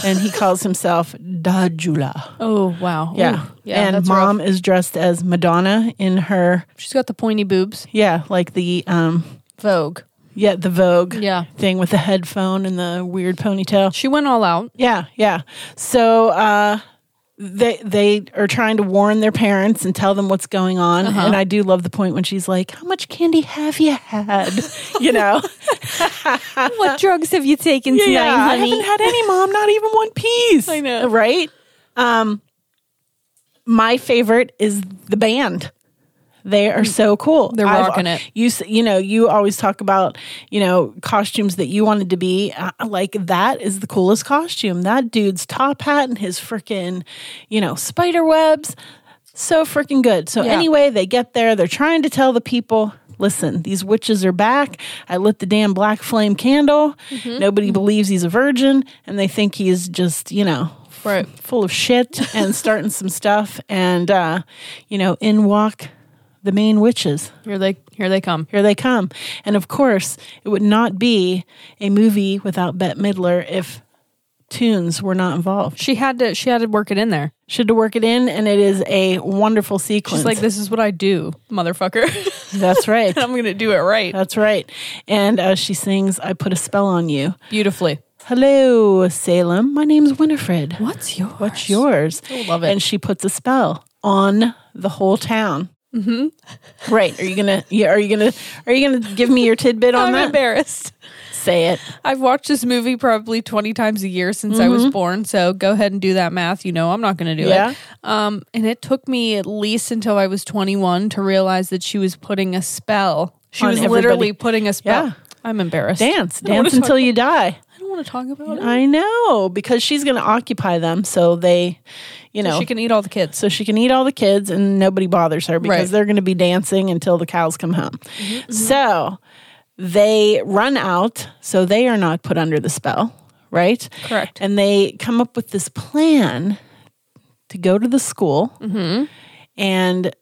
B: And he calls himself Dadula.
C: Oh wow.
B: Yeah.
C: Ooh, yeah.
B: and
C: that's
B: mom
C: rough.
B: is dressed as Madonna in her,
C: she's got the pointy boobs.
B: yeah, like the, um,
C: Vogue.
B: yeah, the Vogue
C: Yeah.
B: thing with the headphone and the weird ponytail.
C: She went all out.
B: Yeah. Yeah. So, uh, they they are trying to warn their parents and tell them what's going on. And I do love the point when she's like, "How much candy have you had?" (laughs) You know,
C: (laughs) What drugs have you taken tonight,
B: I haven't
C: honey?
B: had any, mom. Not even one piece. I
C: know.
B: right? Um, my favorite is the band. They are so cool.
C: They're
B: I've-
C: rocking it.
B: You s- you know you always talk about you know costumes that you wanted to be uh, like that is the coolest costume. That dude's top hat and his freaking you know spider webs, so freaking good. So
C: Yeah.
B: anyway, they get there. They're trying to tell the people. Listen, these witches are back. I lit the damn black flame candle.
C: Mm-hmm.
B: Nobody believes he's a virgin, and they think he's just, you know,
C: (laughs) Right.
B: full
C: (laughs)
B: of shit and starting some stuff. And, uh, you know, in walk the main witches.
C: Here they here they come.
B: Here they come. And of course, it would not be a movie without Bette Midler if tunes were not involved.
C: She had to she had to work it in there.
B: She had to work it in, and it is a wonderful sequence.
C: She's like, this is what I do, motherfucker. (laughs)
B: That's right.
C: I'm gonna do it right.
B: That's right. And uh, she sings, I Put a Spell on You.
C: Beautifully.
B: Hello, Salem. My name's Winifred.
C: What's yours?
B: What's yours?
C: I love it.
B: And she puts a spell on the whole town. Mm-hmm. Right? Are you gonna? Yeah. Are you gonna? Are you gonna give me your tidbit
C: (laughs)
B: on
C: I'm
B: that?
C: embarrassed.
B: Say it.
C: I've watched this movie probably 20 times a year since I was born. So go ahead and do that math. You know, I'm not going to do
B: Mm-hmm. Yeah.
C: it. Um, and it took me at least until I was 21 to realize that she was putting a spell. She
B: On
C: was
B: everybody.
C: literally putting a spell.
B: Yeah.
C: I'm embarrassed.
B: Dance,
C: I don't wanna
B: dance until
C: talk-
B: you die.
C: I don't want to talk about it.
B: I know because she's gonna occupy them, so they, you know,
C: She can eat all the kids.
B: so she can eat all the kids and nobody bothers her because
C: Right.
B: they're going to be dancing until the cows come home. So they run out, so they are not put under the spell, right?
C: Correct.
B: And they come up with this plan to go to the school
C: Mm-hmm.
B: and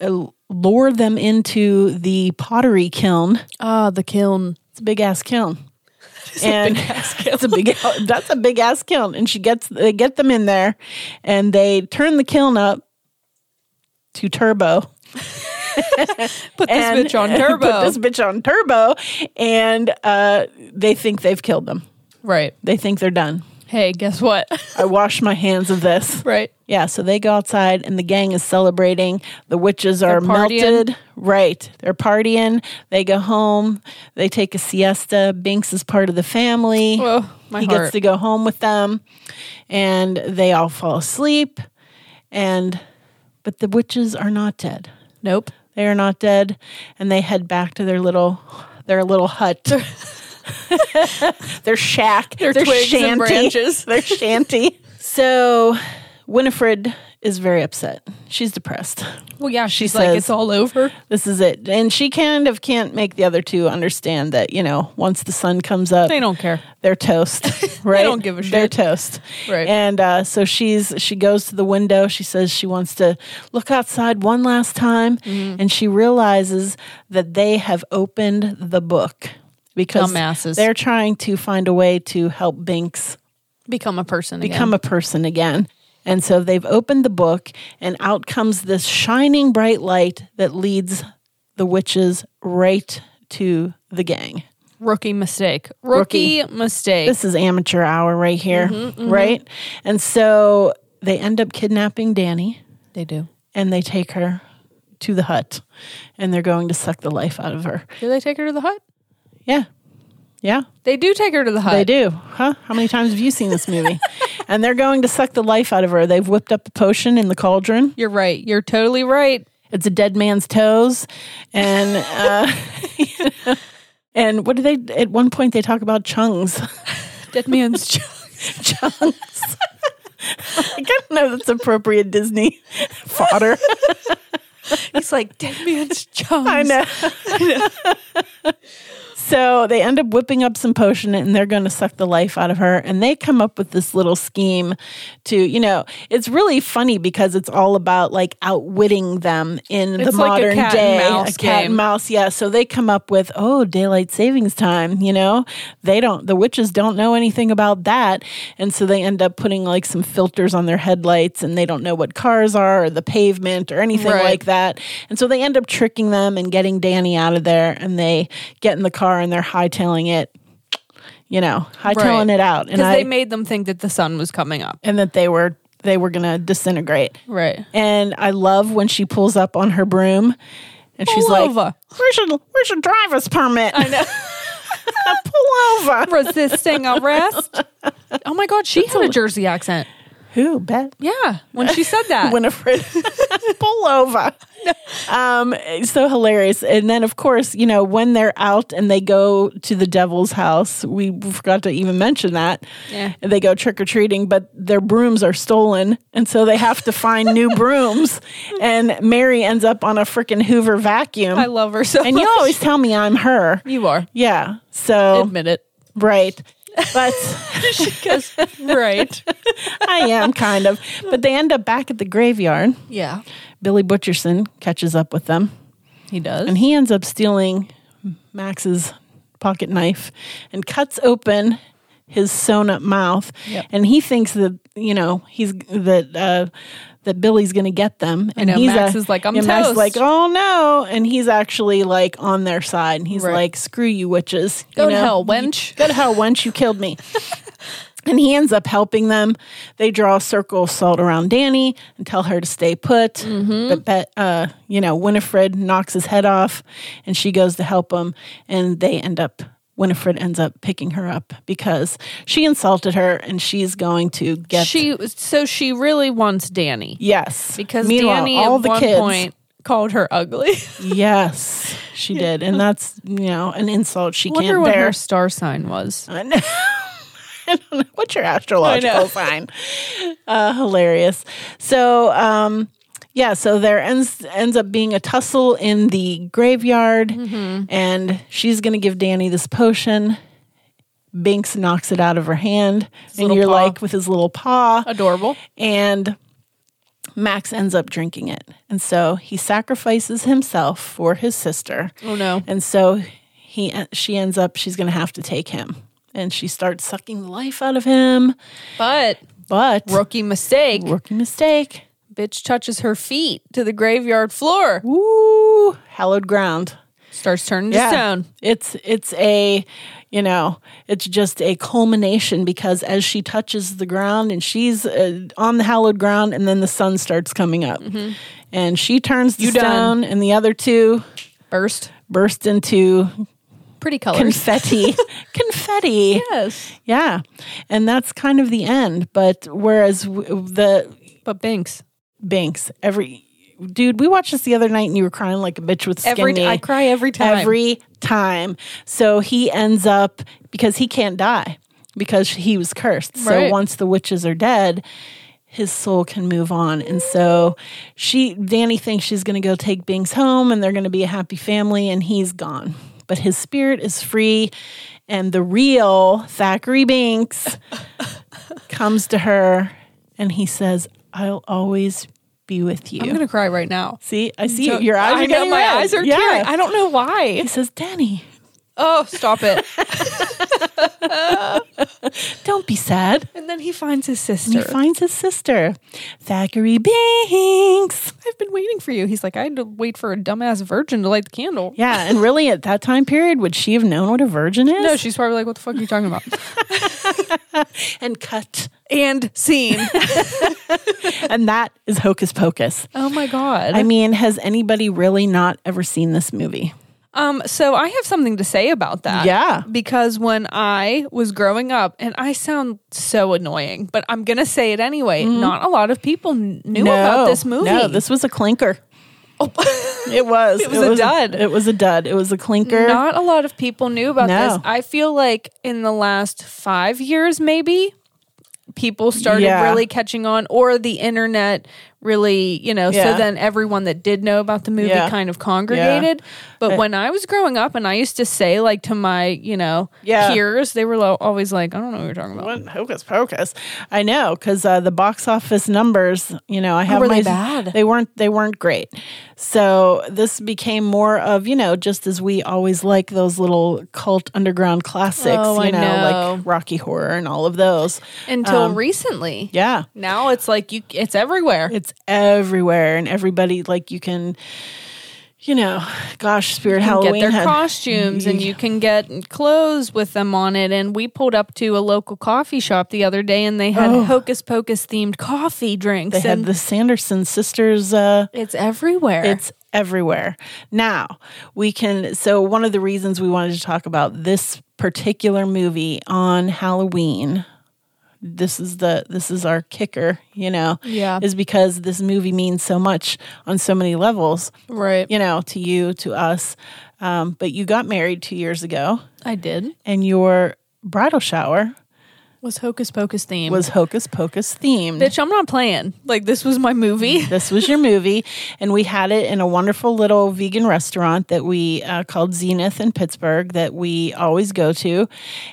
B: uh, lure them into the pottery kiln.
C: Ah, the kiln.
B: It's a big ass
C: (laughs)
B: kiln. and it's a big (laughs) that's a big ass kiln. And she gets they get them in there and they turn the kiln up to turbo.
C: Put this
B: And
C: bitch on
B: and
C: turbo.
B: (laughs) Put this bitch on turbo. And uh, they think they've killed them.
C: right.
B: They think they're done.
C: Hey, guess what? (laughs)
B: I wash my hands of this.
C: right.
B: Yeah, so they go outside and the gang is celebrating. The witches are
C: partying.
B: melted. Right. They're partying. They go home. They take a siesta. Binks is part of the family.
C: Oh, my
B: he
C: heart.
B: gets to go home with them. And they all fall asleep. And but the witches are not dead.
C: nope.
B: They are not dead. And they head back to their little their little hut. (laughs) their shack. Their,
C: twigs and branches.
B: (laughs) Their shanty. So Winifred is very upset. She's depressed.
C: Well, yeah,
B: She
C: she's like,
B: says-
C: it's all over.
B: This is it. And she kind of can't make the other two understand that, you know, once the sun comes up
C: They don't care. (laughs)
B: they're toast. (laughs) Right?
C: don't give a
B: They're
C: shit.
B: toast.
C: Right.
B: And uh, so she's she goes to the window. She says she wants to look outside one last time,
C: Mm-hmm.
B: and she realizes that they have opened the book because
C: Dumbasses.
B: they're trying to find a way to help Binks
C: Become a person. again.
B: become a person again. And so they've opened the book, and out comes this shining bright light that leads the witches right to the gang.
C: Rookie mistake. Rookie, mistake.
B: this is amateur hour right here, right? And so they end up kidnapping Danny
C: they do.
B: and they take her to the hut and they're going to suck the life out of her.
C: Do they take her to the hut?
B: Yeah. Yeah,
C: They do take her to the hut.
B: they do. Huh? How many times have you seen this movie? and they're going to suck the life out of her. They've whipped up a potion in the cauldron.
C: You're right. You're totally right.
B: It's a dead man's toes and uh (laughs) and what do they at one point they talk about chungs. (laughs)
C: Dead man's (laughs) joke.
B: chunks. I don't know if that's appropriate Disney (laughs) fodder.
C: (laughs) He's like, dead man's chunks. (laughs)
B: I know. So they end up whipping up some potion and they're going to suck the life out of her. And they come up with this little scheme to, you know, it's really funny because it's all about like outwitting them in the
C: It's like a
B: modern
C: cat and
B: day.
C: mouse
B: a cat and
C: game.
B: mouse, yeah. So they come up with, oh, daylight savings time, you know? They don't, the witches don't know anything about that. And so they end up putting like some filters on their headlights and they don't know what cars are or the pavement or anything
C: Right.
B: like that. And so they end up tricking them and getting Danny out of there. And they get in the car and they're hightailing it, you know, hightailing
C: Right.
B: it out. And,
C: because
B: I,
C: they made them think that the sun was coming up.
B: and that they were, they were going to disintegrate.
C: Right.
B: And I love when she pulls up on her broom and she's
C: Pull
B: like,
C: over.
B: Where's your, where's your driver's permit? I (laughs) know. Pull over.
C: Resisting (laughs) arrest. Oh my God, she had a Jersey accent.
B: Who, Bet?
C: Yeah, (laughs) when she said that.
B: (laughs) Winifred. (laughs) Pull over. Um, it's so hilarious. And then, of course, you know, when they're out and they go to the devil's house, we forgot to even mention that.
C: Yeah.
B: They go trick or treating, but their brooms are stolen. And so they have to find new (laughs) brooms. And Mary ends up on a freaking Hoover vacuum.
C: I love her so
B: and
C: much.
B: you always tell me I'm her.
C: you are.
B: Yeah. So,
C: Admit (laughs) it.
B: right. But.
C: Because, right.
B: I am kind of. But they end up back at the graveyard.
C: Yeah.
B: Billy Butcherson catches up with them
C: He does.
B: and he ends up stealing Max's pocket knife and cuts open his sewn up mouth
C: Yep.
B: and he thinks that you know he's that uh that Billy's gonna get them and
C: know,
B: he's
C: Max
B: a-
C: is like, "I'm
B: yeah, Max is
C: toast."
B: like oh no and he's actually like on their side and he's
C: Right.
B: like screw you witches
C: Go
B: you
C: to
B: know?
C: hell, wench.
B: Go to hell, wench, you killed me. (laughs) and he ends up helping them. They draw a circle of salt around Danny and tell her to stay put.
C: Mm-hmm.
B: But, Bet- uh, you know, Winifred knocks his head off and she goes to help him. And they end up, Winifred ends up picking her up because she insulted her and she's going to get.
C: she so she really wants Danny
B: yes.
C: because
B: Meanwhile,
C: Danny at one point called her ugly. (laughs)
B: Yes, she did. And that's, you know, an insult she
C: Wonder
B: can't
C: what
B: bear.
C: her star sign was.
B: I know. I don't know. What's your astrological sign? Uh, hilarious. So, um, yeah, so there ends ends up being a tussle in the graveyard, and she's going to give Danny this potion. Binks knocks it out of her hand, and
C: little
B: you're
C: paw.
B: like with his little paw,
C: Adorable.
B: and Max ends up drinking it, and so he sacrifices himself for his sister.
C: Oh no.
B: And so he she ends up she's going to have to take him. And she starts sucking the life out of him.
C: But
B: But
C: rookie mistake.
B: rookie mistake.
C: Bitch touches her feet to the graveyard floor.
B: Woo! Hallowed ground.
C: Starts turning to stone.
B: It's it's a you know, it's just a culmination because as she touches the ground and she's uh, on the hallowed ground and then the sun starts coming up. And she turns to
C: You done.
B: stone and the other two
C: Burst.
B: burst into
C: Pretty colors.
B: confetti. confetti.
C: yes.
B: Yeah. And that's kind of the end. But whereas w- the
C: But Binks.
B: Banks, every dude, we watched this the other night and you were crying like a bitch with skin
C: Every
B: knee.
C: I cry every time.
B: Every time. So he ends up because he can't die because he was cursed. So
C: Right.
B: once the witches are dead, his soul can move on. And so she Danny thinks she's going to go take Binks home and they're going to be a happy family and he's gone. But his spirit is free and the real Thackeray Binks comes to her and he says, "I'll always be with you."
C: I'm gonna cry right now.
B: See, I see your eyes
C: I
B: are
C: know
B: getting
C: my
B: red.
C: eyes are tearing. I don't know why.
B: He says, Danny,
C: Oh, stop
B: (laughs)
C: it.
B: don't be sad.
C: and then he finds his
B: And
C: sister.
B: he finds his sister, Thackeray Binks.
C: I've been waiting for you. He's like, I had to wait for a dumbass virgin to light the candle.
B: Yeah, and really at that time period, would she have known what a virgin is?
C: No, she's probably like, what the fuck are you talking
B: (laughs)
C: about?
B: and cut.
C: and scene.
B: And that is Hocus Pocus.
C: oh my god.
B: I mean, has anybody really not ever seen this movie?
C: um, so I have something to say about that.
B: Yeah.
C: Because when I was growing up, and I sound so annoying, but I'm gonna say it anyway. Not a lot of people kn- knew about this movie.
B: Mm-hmm. No, this was a clinker.
C: (laughs) Oh,
B: It was.
C: It was a dud.
B: it was a dud. It was a clinker.
C: not a lot of people knew about
B: No.
C: this. I feel like in the last five years, maybe people started
B: Yeah.
C: really catching on, or the internet really, you know,
B: Yeah.
C: so then everyone that did know about the movie
B: Yeah.
C: kind of congregated. But
B: I-
C: when I was growing up and I used to say like to my, you know,
B: Yeah.
C: peers, they were lo- always like, I don't know what you're talking about.
B: What hocus pocus? I know because uh, the box office numbers. You know, I have
C: Oh, were
B: my,
C: they bad?
B: They weren't. They weren't great. So this became more of you know just as we always like those little cult underground classics.
C: Oh,
B: you
C: I know.
B: like Rocky Horror and all of those.
C: Until recently.
B: Um, Yeah,
C: Now it's like you it's everywhere.
B: it's everywhere and everybody like you can. You know, gosh, Spirit Halloween
C: get their
B: had-
C: costumes and you can get clothes with them on it. And we pulled up to a local coffee shop the other day and they had hocus pocus themed coffee drinks.
B: Oh. they had
C: and
B: the Sanderson sisters. Uh,
C: it's everywhere.
B: It's everywhere. Now, we can. So, one of the reasons we wanted to talk about this particular movie on Halloween. This is the this is our kicker, you know.
C: Yeah.
B: Is because this movie means so much on so many levels,
C: right.
B: you know, to you, to us. Um, but you got married two years ago,
C: I did.
B: and your bridal shower
C: Was hocus pocus themed.
B: was Hocus Pocus themed.
C: Bitch, I'm not playing. Like this was my movie.
B: this was your movie and we had it in a wonderful little vegan restaurant that we uh, called zenith in pittsburgh that we always go to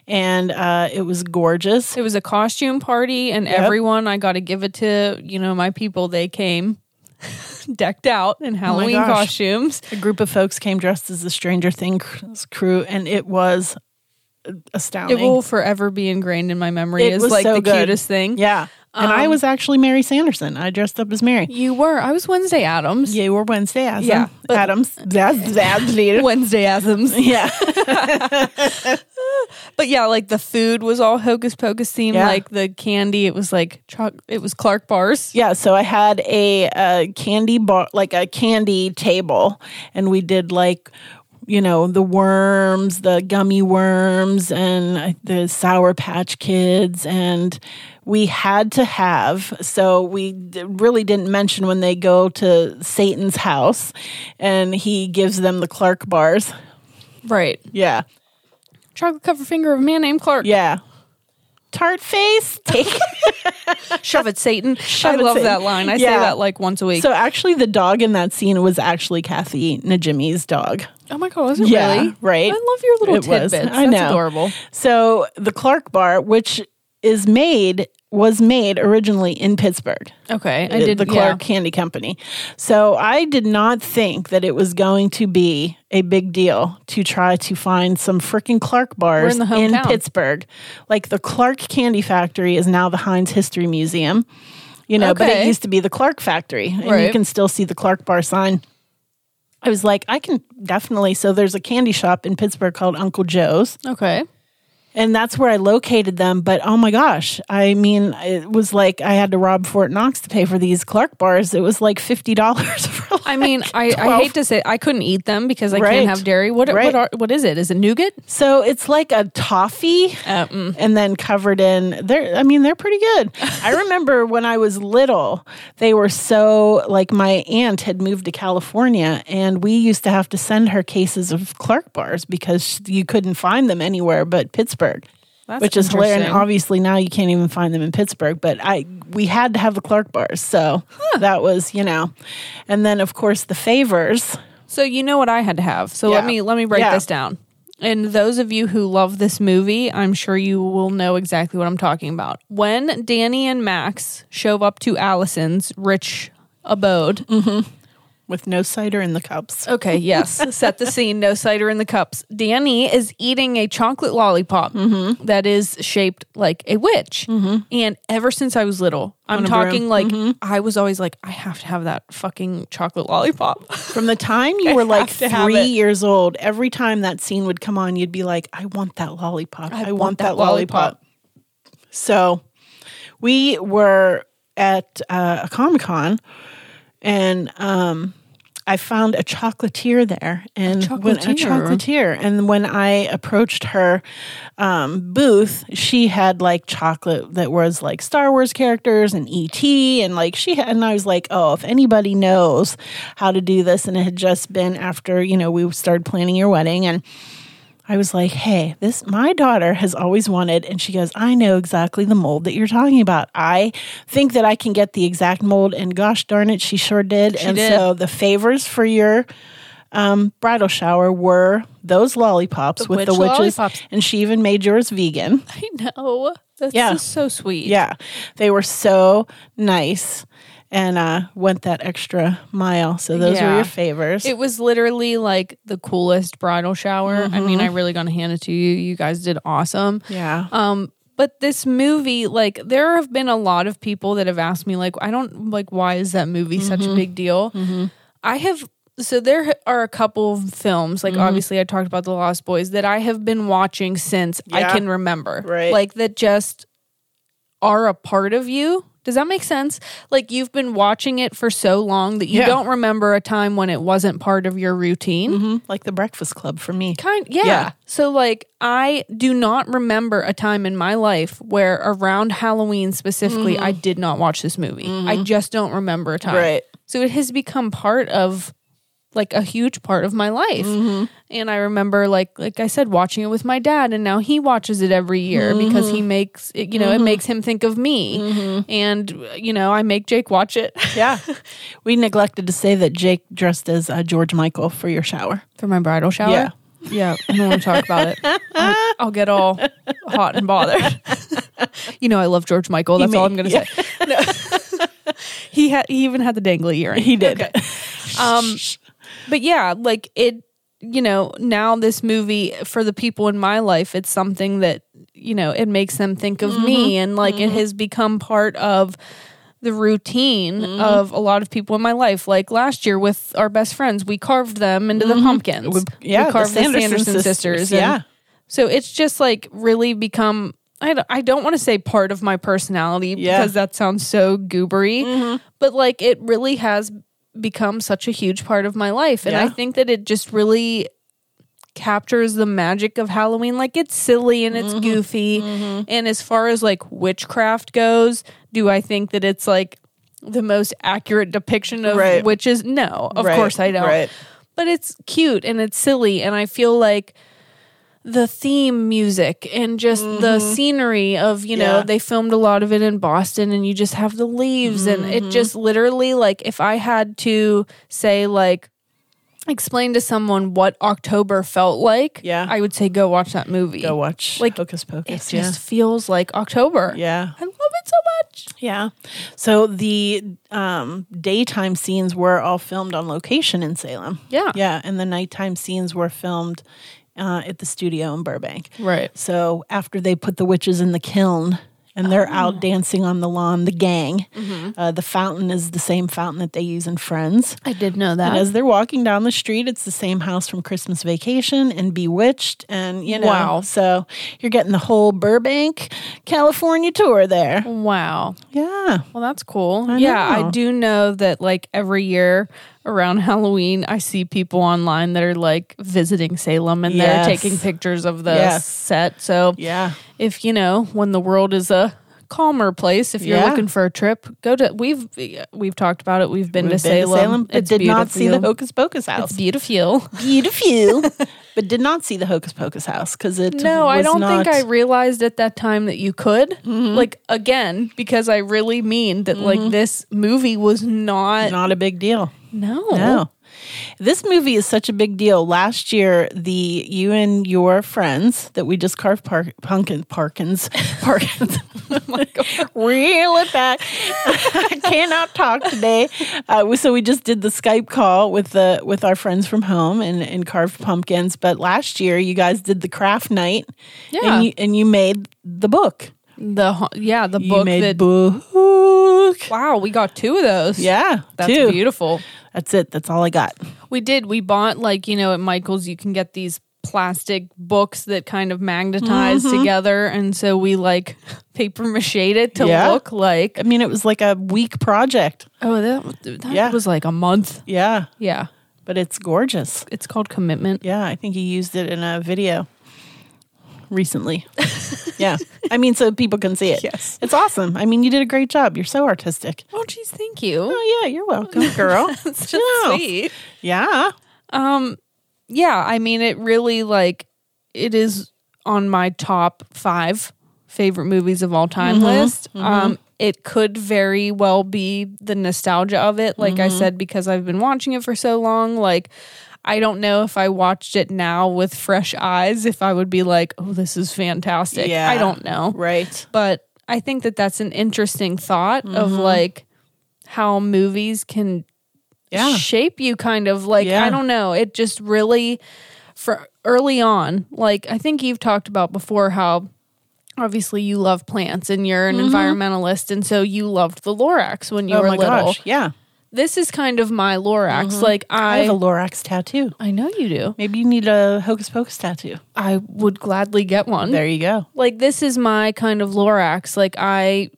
B: and uh, it was gorgeous
C: It was a costume party and everyone I gotta give it to, you know, my people, they came (laughs) decked out in Halloween
B: Oh gosh.
C: costumes.
B: a group of folks came dressed as the stranger things crew and it was
C: It
B: astounding
C: will forever be ingrained in my memory
B: It
C: as
B: was
C: like
B: so
C: the
B: good.
C: cutest thing. Um,
B: yeah and i was actually mary sanderson i dressed up as mary
C: You were. I was Wednesday Adams.
B: you were wednesday adams
C: Yeah, but-
B: adams that's that's
C: (laughs)
B: later
C: Wednesday Adams.
B: yeah
C: But yeah, like the food was all hocus pocus themed.
B: Yeah.
C: Like the candy, it was like choc. It was Clark bars.
B: Yeah, so I had a, uh candy bar, like a candy table, and we did like, you know, the worms, the gummy worms, and uh, the Sour Patch Kids, and we had to have. So we d- really didn't mention when they go to Satan's house, and he gives them the Clark bars.
C: Right.
B: Yeah,
C: Chocolate covered finger of a man named Clark.
B: yeah. Tart face, take
C: (laughs) Shove it, Satan.
B: it,
C: I love
B: Satan.
C: that line. I say
B: Yeah.
C: that like once a week.
B: So actually, the dog in that scene was actually Kathy Najimy's dog.
C: oh my god, was it
B: Yeah,
C: really?
B: right.
C: I love your little
B: It was.
C: tidbits.
B: I
C: That's
B: know.
C: adorable.
B: So the Clark Bar, which is made, was made originally in Pittsburgh.
C: Okay, I did
B: the Clark Candy Company. So I did not think that it was going to be a big deal to try to find some freaking Clark bars
C: in the hometown.
B: Pittsburgh. Like the Clark Candy Factory is now the Heinz History Museum. You know, but it
C: Okay.
B: used to be the Clark Factory, and you
C: Right.
B: can still see the Clark Bar sign. I was like, I can definitely. So there's a candy shop in Pittsburgh called Uncle Joe's.
C: Yeah. Okay.
B: And that's where I located them. But oh my gosh, I mean, it was like I had to rob Fort Knox to pay for these Clark bars. It was like fifty dollars (laughs) for. Like,
C: I mean, I, I hate to say I couldn't eat them because I
B: Right.
C: can't have dairy. What
B: Right.
C: what are, what is it? Is it nougat?
B: so it's like a toffee, and then covered in. They're, I mean, they're pretty good. I remember when I was little, they were so like my aunt had moved to California, and we used to have to send her cases of Clark bars because you couldn't find them anywhere but Pittsburgh.
C: That's
B: which is hilarious. And
C: interesting.
B: obviously now you can't even find them in Pittsburgh, but I we had to have the Clark bars, so that was you know, and then of course the favors.
C: So you know what I had to have. So let
B: Yeah.
C: me let me break
B: Yeah.
C: this down. And those of you who love this movie, I'm sure you will know exactly what I'm talking about. When Danny and Max show up to Allison's rich abode.
B: Mm. With no cider in the cups.
C: Okay,
B: (laughs)
C: yes. Set the scene. No cider in the cups. Danny is eating a chocolate lollipop
B: Mm-hmm.
C: that is shaped like a witch. And ever since I was little, I'm talking like
B: Mm-hmm.
C: I was always like, I have to have that fucking chocolate lollipop.
B: From the time
C: (laughs)
B: you were like
C: have to have
B: three
C: it.
B: years old, every time that scene would come on, you'd be like, I want that lollipop. (laughs) I, want, that, lollipop. So we were at uh, a Comic Con and um, I found a chocolatier there and When, a
C: chocolatier.
B: chocolatier. And when I approached her um, booth, she had like chocolate that was like Star Wars characters and ET, and like she had, and I was like, oh, if anybody knows how to do this, and it had just been after you know we started planning your wedding, and I was like, hey, this my daughter has always wanted. And she goes, I know exactly the mold that you're talking about. I think that I can get the exact mold. And gosh darn it, she sure did. and
C: did.
B: so the favors for your um, bridal shower were those lollipops with the
C: witch
B: witches.
C: lollipops.
B: And she even made yours vegan.
C: (laughs) I know. That's
B: Yeah.
C: just so sweet.
B: Yeah, they were so nice and uh, went that extra mile. So those were
C: Yeah.
B: your favors.
C: It was literally like the coolest bridal shower. I
B: Mm-hmm.
C: mean, I really got to hand it to you. You guys did awesome.
B: yeah.
C: Um, but this movie, like, there have been a lot of people that have asked me, like, I don't like why is that movie such
B: Mm-hmm.
C: a big deal? I have so there are a couple of films,
B: Mm-hmm.
C: like obviously I talked about The Lost Boys that I have been watching since
B: Yeah.
C: I can remember.
B: Right.
C: Like that just are a part of you. Does that make sense? Like you've been watching it for so long that you
B: Yeah.
C: don't remember a time when it wasn't part of your routine.
B: Mhm. Like the Breakfast Club for me.
C: Kind yeah.
B: Yeah.
C: So like I do not remember a time in my life where around Halloween specifically I did not watch this movie. I just don't remember a time.
B: Mm-hmm. Right.
C: So it has become part of like a huge part of my life.
B: Mm-hmm.
C: And I remember like like I said watching it with my dad and now he watches it every year because
B: Mm-hmm.
C: he makes it you know it makes him think of me. And you know I make Jake watch it (laughs)
B: Yeah. (laughs) we neglected to say that Jake dressed as uh, George Michael for your shower.
C: for my bridal shower.
B: Yeah.
C: Yeah, I don't want to talk about it. I'll, I'll get all hot and bothered. you know, I love George Michael. That's all I'm going to say. No. (laughs) he had he even had the dangly earring.
B: He did.
C: Um, but yeah, like it. You know, now this movie for the people in my life, it's something that you know it makes them think of me,
B: Mm-hmm.
C: and like it has become part of the routine
B: Mm-hmm.
C: of a lot of people in my life. Like last year with our best friends, we carved them into the pumpkins. We,
B: (laughs) Mm-hmm. yeah, the
C: carved the
B: Sanderson
C: Sanderson,
B: sisters,
C: sisters. and
B: yeah.
C: so it's just like really become. I don't, I don't want to say part of my personality
B: Yeah. Mm-hmm.
C: because that sounds so goobery, but like it really has become such a huge part of my life. And I
B: Yeah.
C: think that it just really captures the magic of Halloween. Like it's silly and
B: Mm-hmm.
C: it's goofy. And as far as like witchcraft goes, do I think that it's like the most accurate depiction of
B: Right.
C: witches? No, of
B: Right,
C: course I don't.
B: right.
C: But it's cute and it's silly. And I feel like the theme music and just the scenery of you know
B: Mm-hmm. Yeah.
C: they filmed a lot of it in Boston and you just have the leaves and
B: Mm-hmm.
C: it just literally like if I had to say like explain to someone what October felt like
B: Yeah.
C: I would say go watch that movie
B: Go watch like,
C: Like,
B: Hocus Pocus.
C: it just feels like October
B: yeah.
C: I love it so much
B: Yeah. So the um, daytime scenes were all filmed on location in Salem.
C: Yeah.
B: Yeah. And the nighttime scenes were filmed uh, at the studio in Burbank.
C: Right.
B: So after they put the witches in the kiln and
C: Oh.
B: they're out dancing on the lawn, the gang,
C: Mm-hmm.
B: uh, the fountain is the same fountain that they use in Friends.
C: I did know that
B: And as they're walking down the street, it's the same house from Christmas Vacation and Bewitched, and you know,
C: Wow.
B: so you're getting the whole Burbank, California tour there.
C: wow
B: Yeah,
C: Well, that's cool. yeah,
B: know.
C: I do know that like every year around (laughs) Halloween, I see people online that are like visiting Salem and
B: Yes.
C: they're taking pictures of the
B: Yes.
C: set. So,
B: yeah.
C: if you know, when the world is a calmer place, if you're
B: Yeah.
C: looking for a trip, go to we've we've talked about it. We've been, to,
B: We've been
C: Salem.
B: but did not see the Hocus Pocus house.
C: (laughs) It's
B: (laughs)
C: beautiful.
B: beautiful, (laughs) but did not see the Hocus Pocus house because it.
C: No, I
B: was
C: don't
B: not- Mm-hmm.
C: think I realized at that time that you could. Like again, because I really mean that like this movie was not
B: Not a big deal.
C: no.
B: No. This movie is such a big deal. Last year, the you and your friends that we just carved par- pumpkin parkins (laughs) parkins. (laughs) Reel it back. (laughs) I cannot talk today. Uh, we- so we just did the Skype call with the with our friends from home and, and carved pumpkins. But last year, you guys did the craft night,
C: Yeah.
B: and you, and you made the book.
C: (laughs) The ho- yeah, the
B: you
C: book
B: made
C: that
B: book.
C: wow, we got two of those.
B: Yeah,
C: that's
B: two.
C: beautiful.
B: That's it. That's all I got.
C: We did. We bought like you know at Michaels you can get these plastic books that kind of magnetize
B: Mm-hmm.
C: together, and so we like (laughs) paper mache it to
B: Yeah.
C: look like
B: I mean, it was like a week project.
C: oh that that
B: Yeah.
C: was like a month.
B: Yeah,
C: Yeah,
B: but it's gorgeous.
C: it's called commitment.
B: Yeah, I think you used it in a video
C: (laughs)
B: recently. yeah. I mean, so people can see it.
C: Yes.
B: It's awesome. I mean, you did a great job. You're so artistic.
C: Oh geez, thank you.
B: Oh, yeah,
C: (laughs)
B: you're welcome, girl.
C: That's
B: Yeah.
C: sweet.
B: yeah.
C: Um, yeah, I mean, it really like it is on my top five favorite movies of all time list. Um, it could very well be the nostalgia of it, like I said, because I've been watching it for so long. Like, I don't know if I watched it now with fresh eyes, if I would be like, oh, this is fantastic.
B: Yeah.
C: I don't know
B: Right.
C: but I think that that's an interesting thought of like how movies can
B: Yeah.
C: shape you kind of like
B: Yeah.
C: I don't know it just really for early on like I think you've talked about before how obviously you love plants and you're an environmentalist and so you loved the Lorax when you
B: Mm-hmm. oh
C: were
B: my
C: little.
B: gosh. Yeah.
C: This is kind of my Lorax like
B: I,
C: I I
B: have a Lorax tattoo.
C: know you do.
B: Maybe you need a Hocus Pocus tattoo.
C: I would gladly get one.
B: There you go.
C: like this is my kind of Lorax. Like I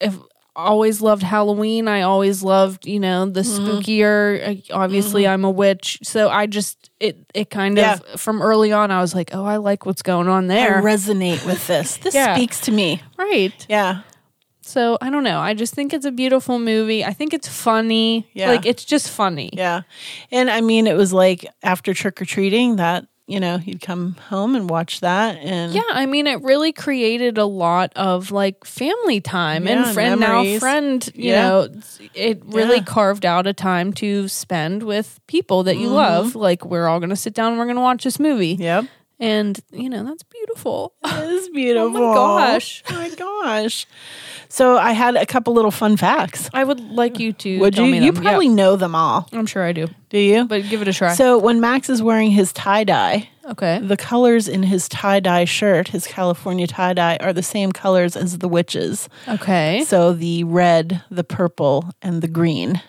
C: if always loved Halloween. I always loved, you know, the
B: Mm-hmm.
C: spookier. I- Obviously, I'm a witch, so I just it it kind
B: Yeah.
C: of from early on I was like, "Oh, I like what's going on
B: I
C: there."
B: resonate with this. This
C: Yeah.
B: speaks to me.
C: right.
B: Yeah.
C: So, I don't know. I just think it's a beautiful movie. I think it's funny.
B: Yeah.
C: Like it's just funny.
B: Yeah. And I mean, it was like after trick or treating that, you know, he'd come home and watch that. And
C: Yeah, I mean, it really created a lot of like family time and
B: Yeah,
C: friend now
B: memories.
C: friend. You
B: Yeah.
C: know, it's- it really
B: Yeah.
C: carved out a time to spend with people that you
B: Mm-hmm.
C: love. Like we're all gonna sit down, and we're gonna watch this movie,
B: Yep.
C: and you know that's beautiful.
B: It
C: (laughs)
B: is beautiful.
C: Oh gosh.
B: Oh my gosh. So I had a couple little fun facts.
C: I would like you to.
B: Would
C: tell
B: you?
C: Me
B: You
C: them.
B: probably
C: Yep.
B: know them all.
C: I'm sure I do,
B: Do you?
C: but give it a try.
B: so when Max is wearing his tie dye,
C: okay.
B: the colors in his tie dye shirt, his California tie dye, are the same colors as the witches.
C: Okay.
B: So the red, the purple, and the green.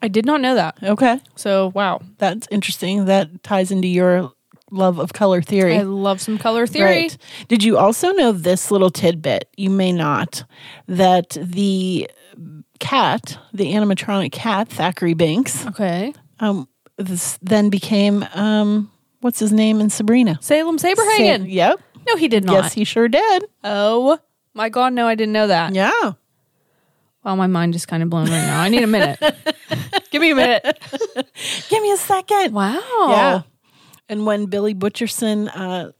C: I did not know that.
B: Okay.
C: So wow,
B: That's interesting. That ties into your love of color theory.
C: I love some color theory.
B: Right. Did you also know this little tidbit? You may not. That the cat, the animatronic cat, Thackeray Binks,
C: Okay.
B: um, this then became um, what's his name in Sabrina?
C: Salem Saberhagen.
B: Sa- yep.
C: No, he did not.
B: Yes, he sure did.
C: oh my God, no, I didn't know that.
B: Yeah.
C: Well, my mind is kind of blown right now. I need a minute. (laughs) Give me a minute.
B: Give me a second.
C: Wow.
B: Yeah. And when Billy Butcherson uh,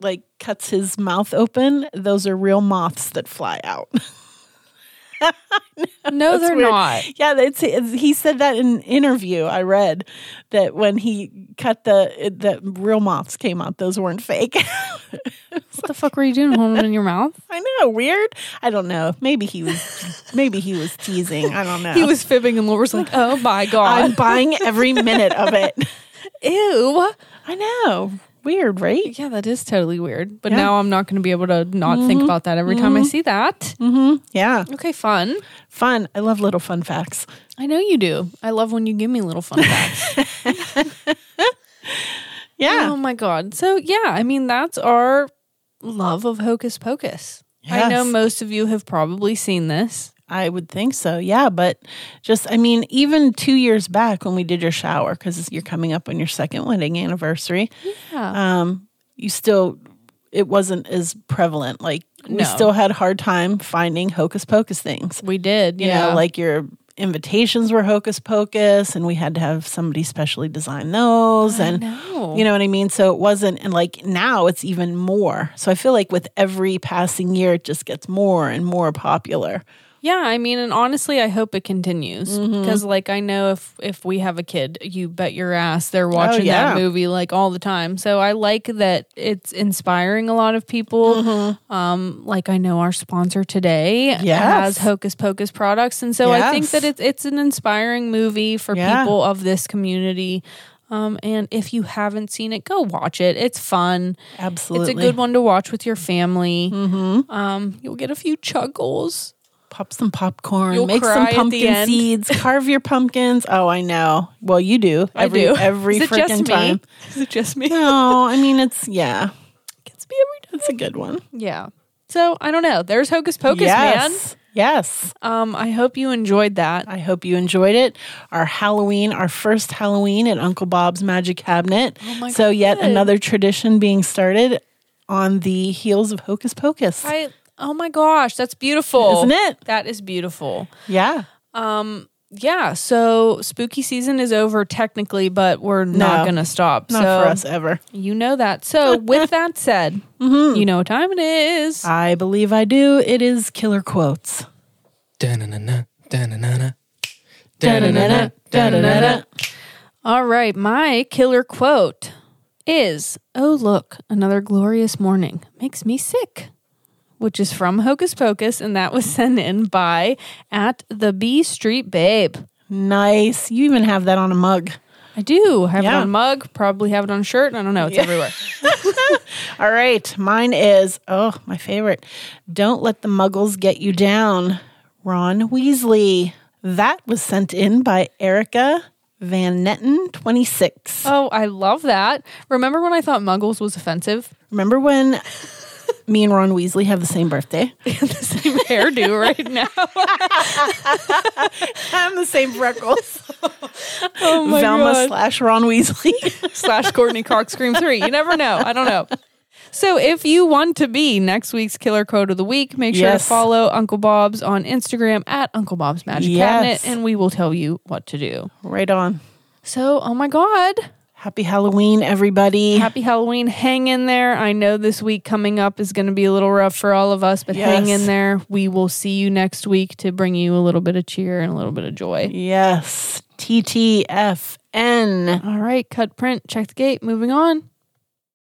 B: like cuts his mouth open, those are real moths that fly out.
C: No, they're
B: weird.
C: not.
B: Yeah, that's he said that in an interview I read that when he cut the it- that real moths came out, those weren't fake. (laughs)
C: What the fuck were you doing holding it in your mouth?
B: I know, weird. I don't know. Maybe he was maybe he was teasing. I don't
C: (laughs)
B: know.
C: (laughs) He was fibbing, and Laura's like, oh my
B: I'm
C: God.
B: buying every minute
C: (laughs)
B: of it.
C: ew.
B: I know. Weird, right?
C: Yeah, that is totally weird. But now I'm not going to be able to not think about that every time I see that.
B: Yeah.
C: Okay, fun.
B: Fun. I love little fun facts.
C: I know you do. I love when you give me little fun facts.
B: Yeah.
C: Oh my God. So, yeah, I mean, that's our love of Hocus Pocus. I
B: Yes.
C: know most of you have probably seen this.
B: I would think so. Yeah, but just I mean, even two years back when we did your shower, because you're coming up on your second wedding anniversary. Yeah. Um, you still, it wasn't as prevalent. Like we
C: No.
B: still had a hard time finding hocus pocus things.
C: We did.
B: You know, like your invitations were hocus pocus, and we had to have somebody specially design those. and
C: know.
B: you know what I mean. So it wasn't, and like now it's even more. So I feel like with every passing year, it just gets more and more popular.
C: Yeah, I mean, and honestly, I hope it continues
B: Mm-hmm.
C: because, like, I know if if we have a kid, you bet your ass they're watching
B: Oh, yeah.
C: that movie like all the time. So I like that it's inspiring a lot of people.
B: Mm-hmm.
C: Um, like I know our sponsor today
B: Yes.
C: has Hocus Pocus products, and so I think
B: Yes.
C: that it's it's an inspiring movie for
B: Yeah.
C: people of this community. Um, and if you haven't seen it, go watch it. It's fun.
B: Absolutely. Mm-hmm.
C: It's a good one to watch with your family. Um, you'll get a few chuckles.
B: Pop some popcorn,
C: You'll
B: make
C: cry
B: some
C: at the
B: pumpkin
C: end.
B: seeds, carve your pumpkins. Oh, I know. Well, you do. Every,
C: I do (laughs)
B: Every
C: Is it
B: freaking
C: just me?
B: time.
C: Is it just me?
B: No, Oh, I mean, it's, yeah,
C: Gets me every
B: it's a good one.
C: time. Yeah. So I don't know. There's Hocus Pocus,
B: yes. Yes.
C: man. Um, I hope you enjoyed that.
B: I hope you enjoyed it. Our Halloween, our first Halloween at Uncle Bob's Magic Cabinet. Oh
C: my
B: so, yet
C: God.
B: another tradition being started on the heels of Hocus Pocus.
C: I oh my gosh, that's beautiful,
B: Isn't it?
C: That is beautiful.
B: yeah.
C: yeah, so spooky season is over technically, but we're not
B: No.
C: going to stop.
B: Not
C: so
B: for us ever.
C: you know that. So (laughs) with that said, you know what time it is.
B: I believe I do. It is killer quotes.
D: Da-na-na-na, da-na-na-na. Da-na-na-na, da-na-na-na.
B: Da-da-da-da.
C: All right, my killer quote is, "Oh look, another glorious morning makes me sick," which is from Hocus Pocus, and that was (laughs) sent in by at the B Street Babe.
B: Nice. You even have that on a mug.
C: I do have it
B: Yeah.
C: on mug, probably have it on shirt. I don't know; it's everywhere.
B: All right. Mine is, oh, my favorite. Don't let the muggles get you down. Ron Weasley. That was sent in by Erica Van Netten, 26.
C: Oh, I love that. Remember when I thought Muggles was offensive? (laughs)
B: Remember when (laughs) me and Ron Weasley have the same (laughs) birthday?
C: Same hairdo right now.
B: and the same freckles. (laughs)
C: Oh my
B: Velma
C: god.
B: slash Ron Weasley. (laughs)
C: slash Courtney Cox Scream 3. You never know. I don't know. So if you want to be next week's Killer Code of the Week, make sure to
B: Yes.
C: follow Uncle Bob's on Instagram at Uncle Bob's Magic
B: Yes.
C: Cabinet, and we will tell you what to do.
B: right on.
C: So, oh my God.
B: Happy Halloween, everybody.
C: Happy Halloween. Hang in there. I know this week coming up is going to be a little rough for all of us, but hang
B: Yes.
C: in there. We will see you next week to bring you a little bit of cheer and a little bit of joy.
B: yes. TTFN.
C: All right, cut print, check the gate, moving on.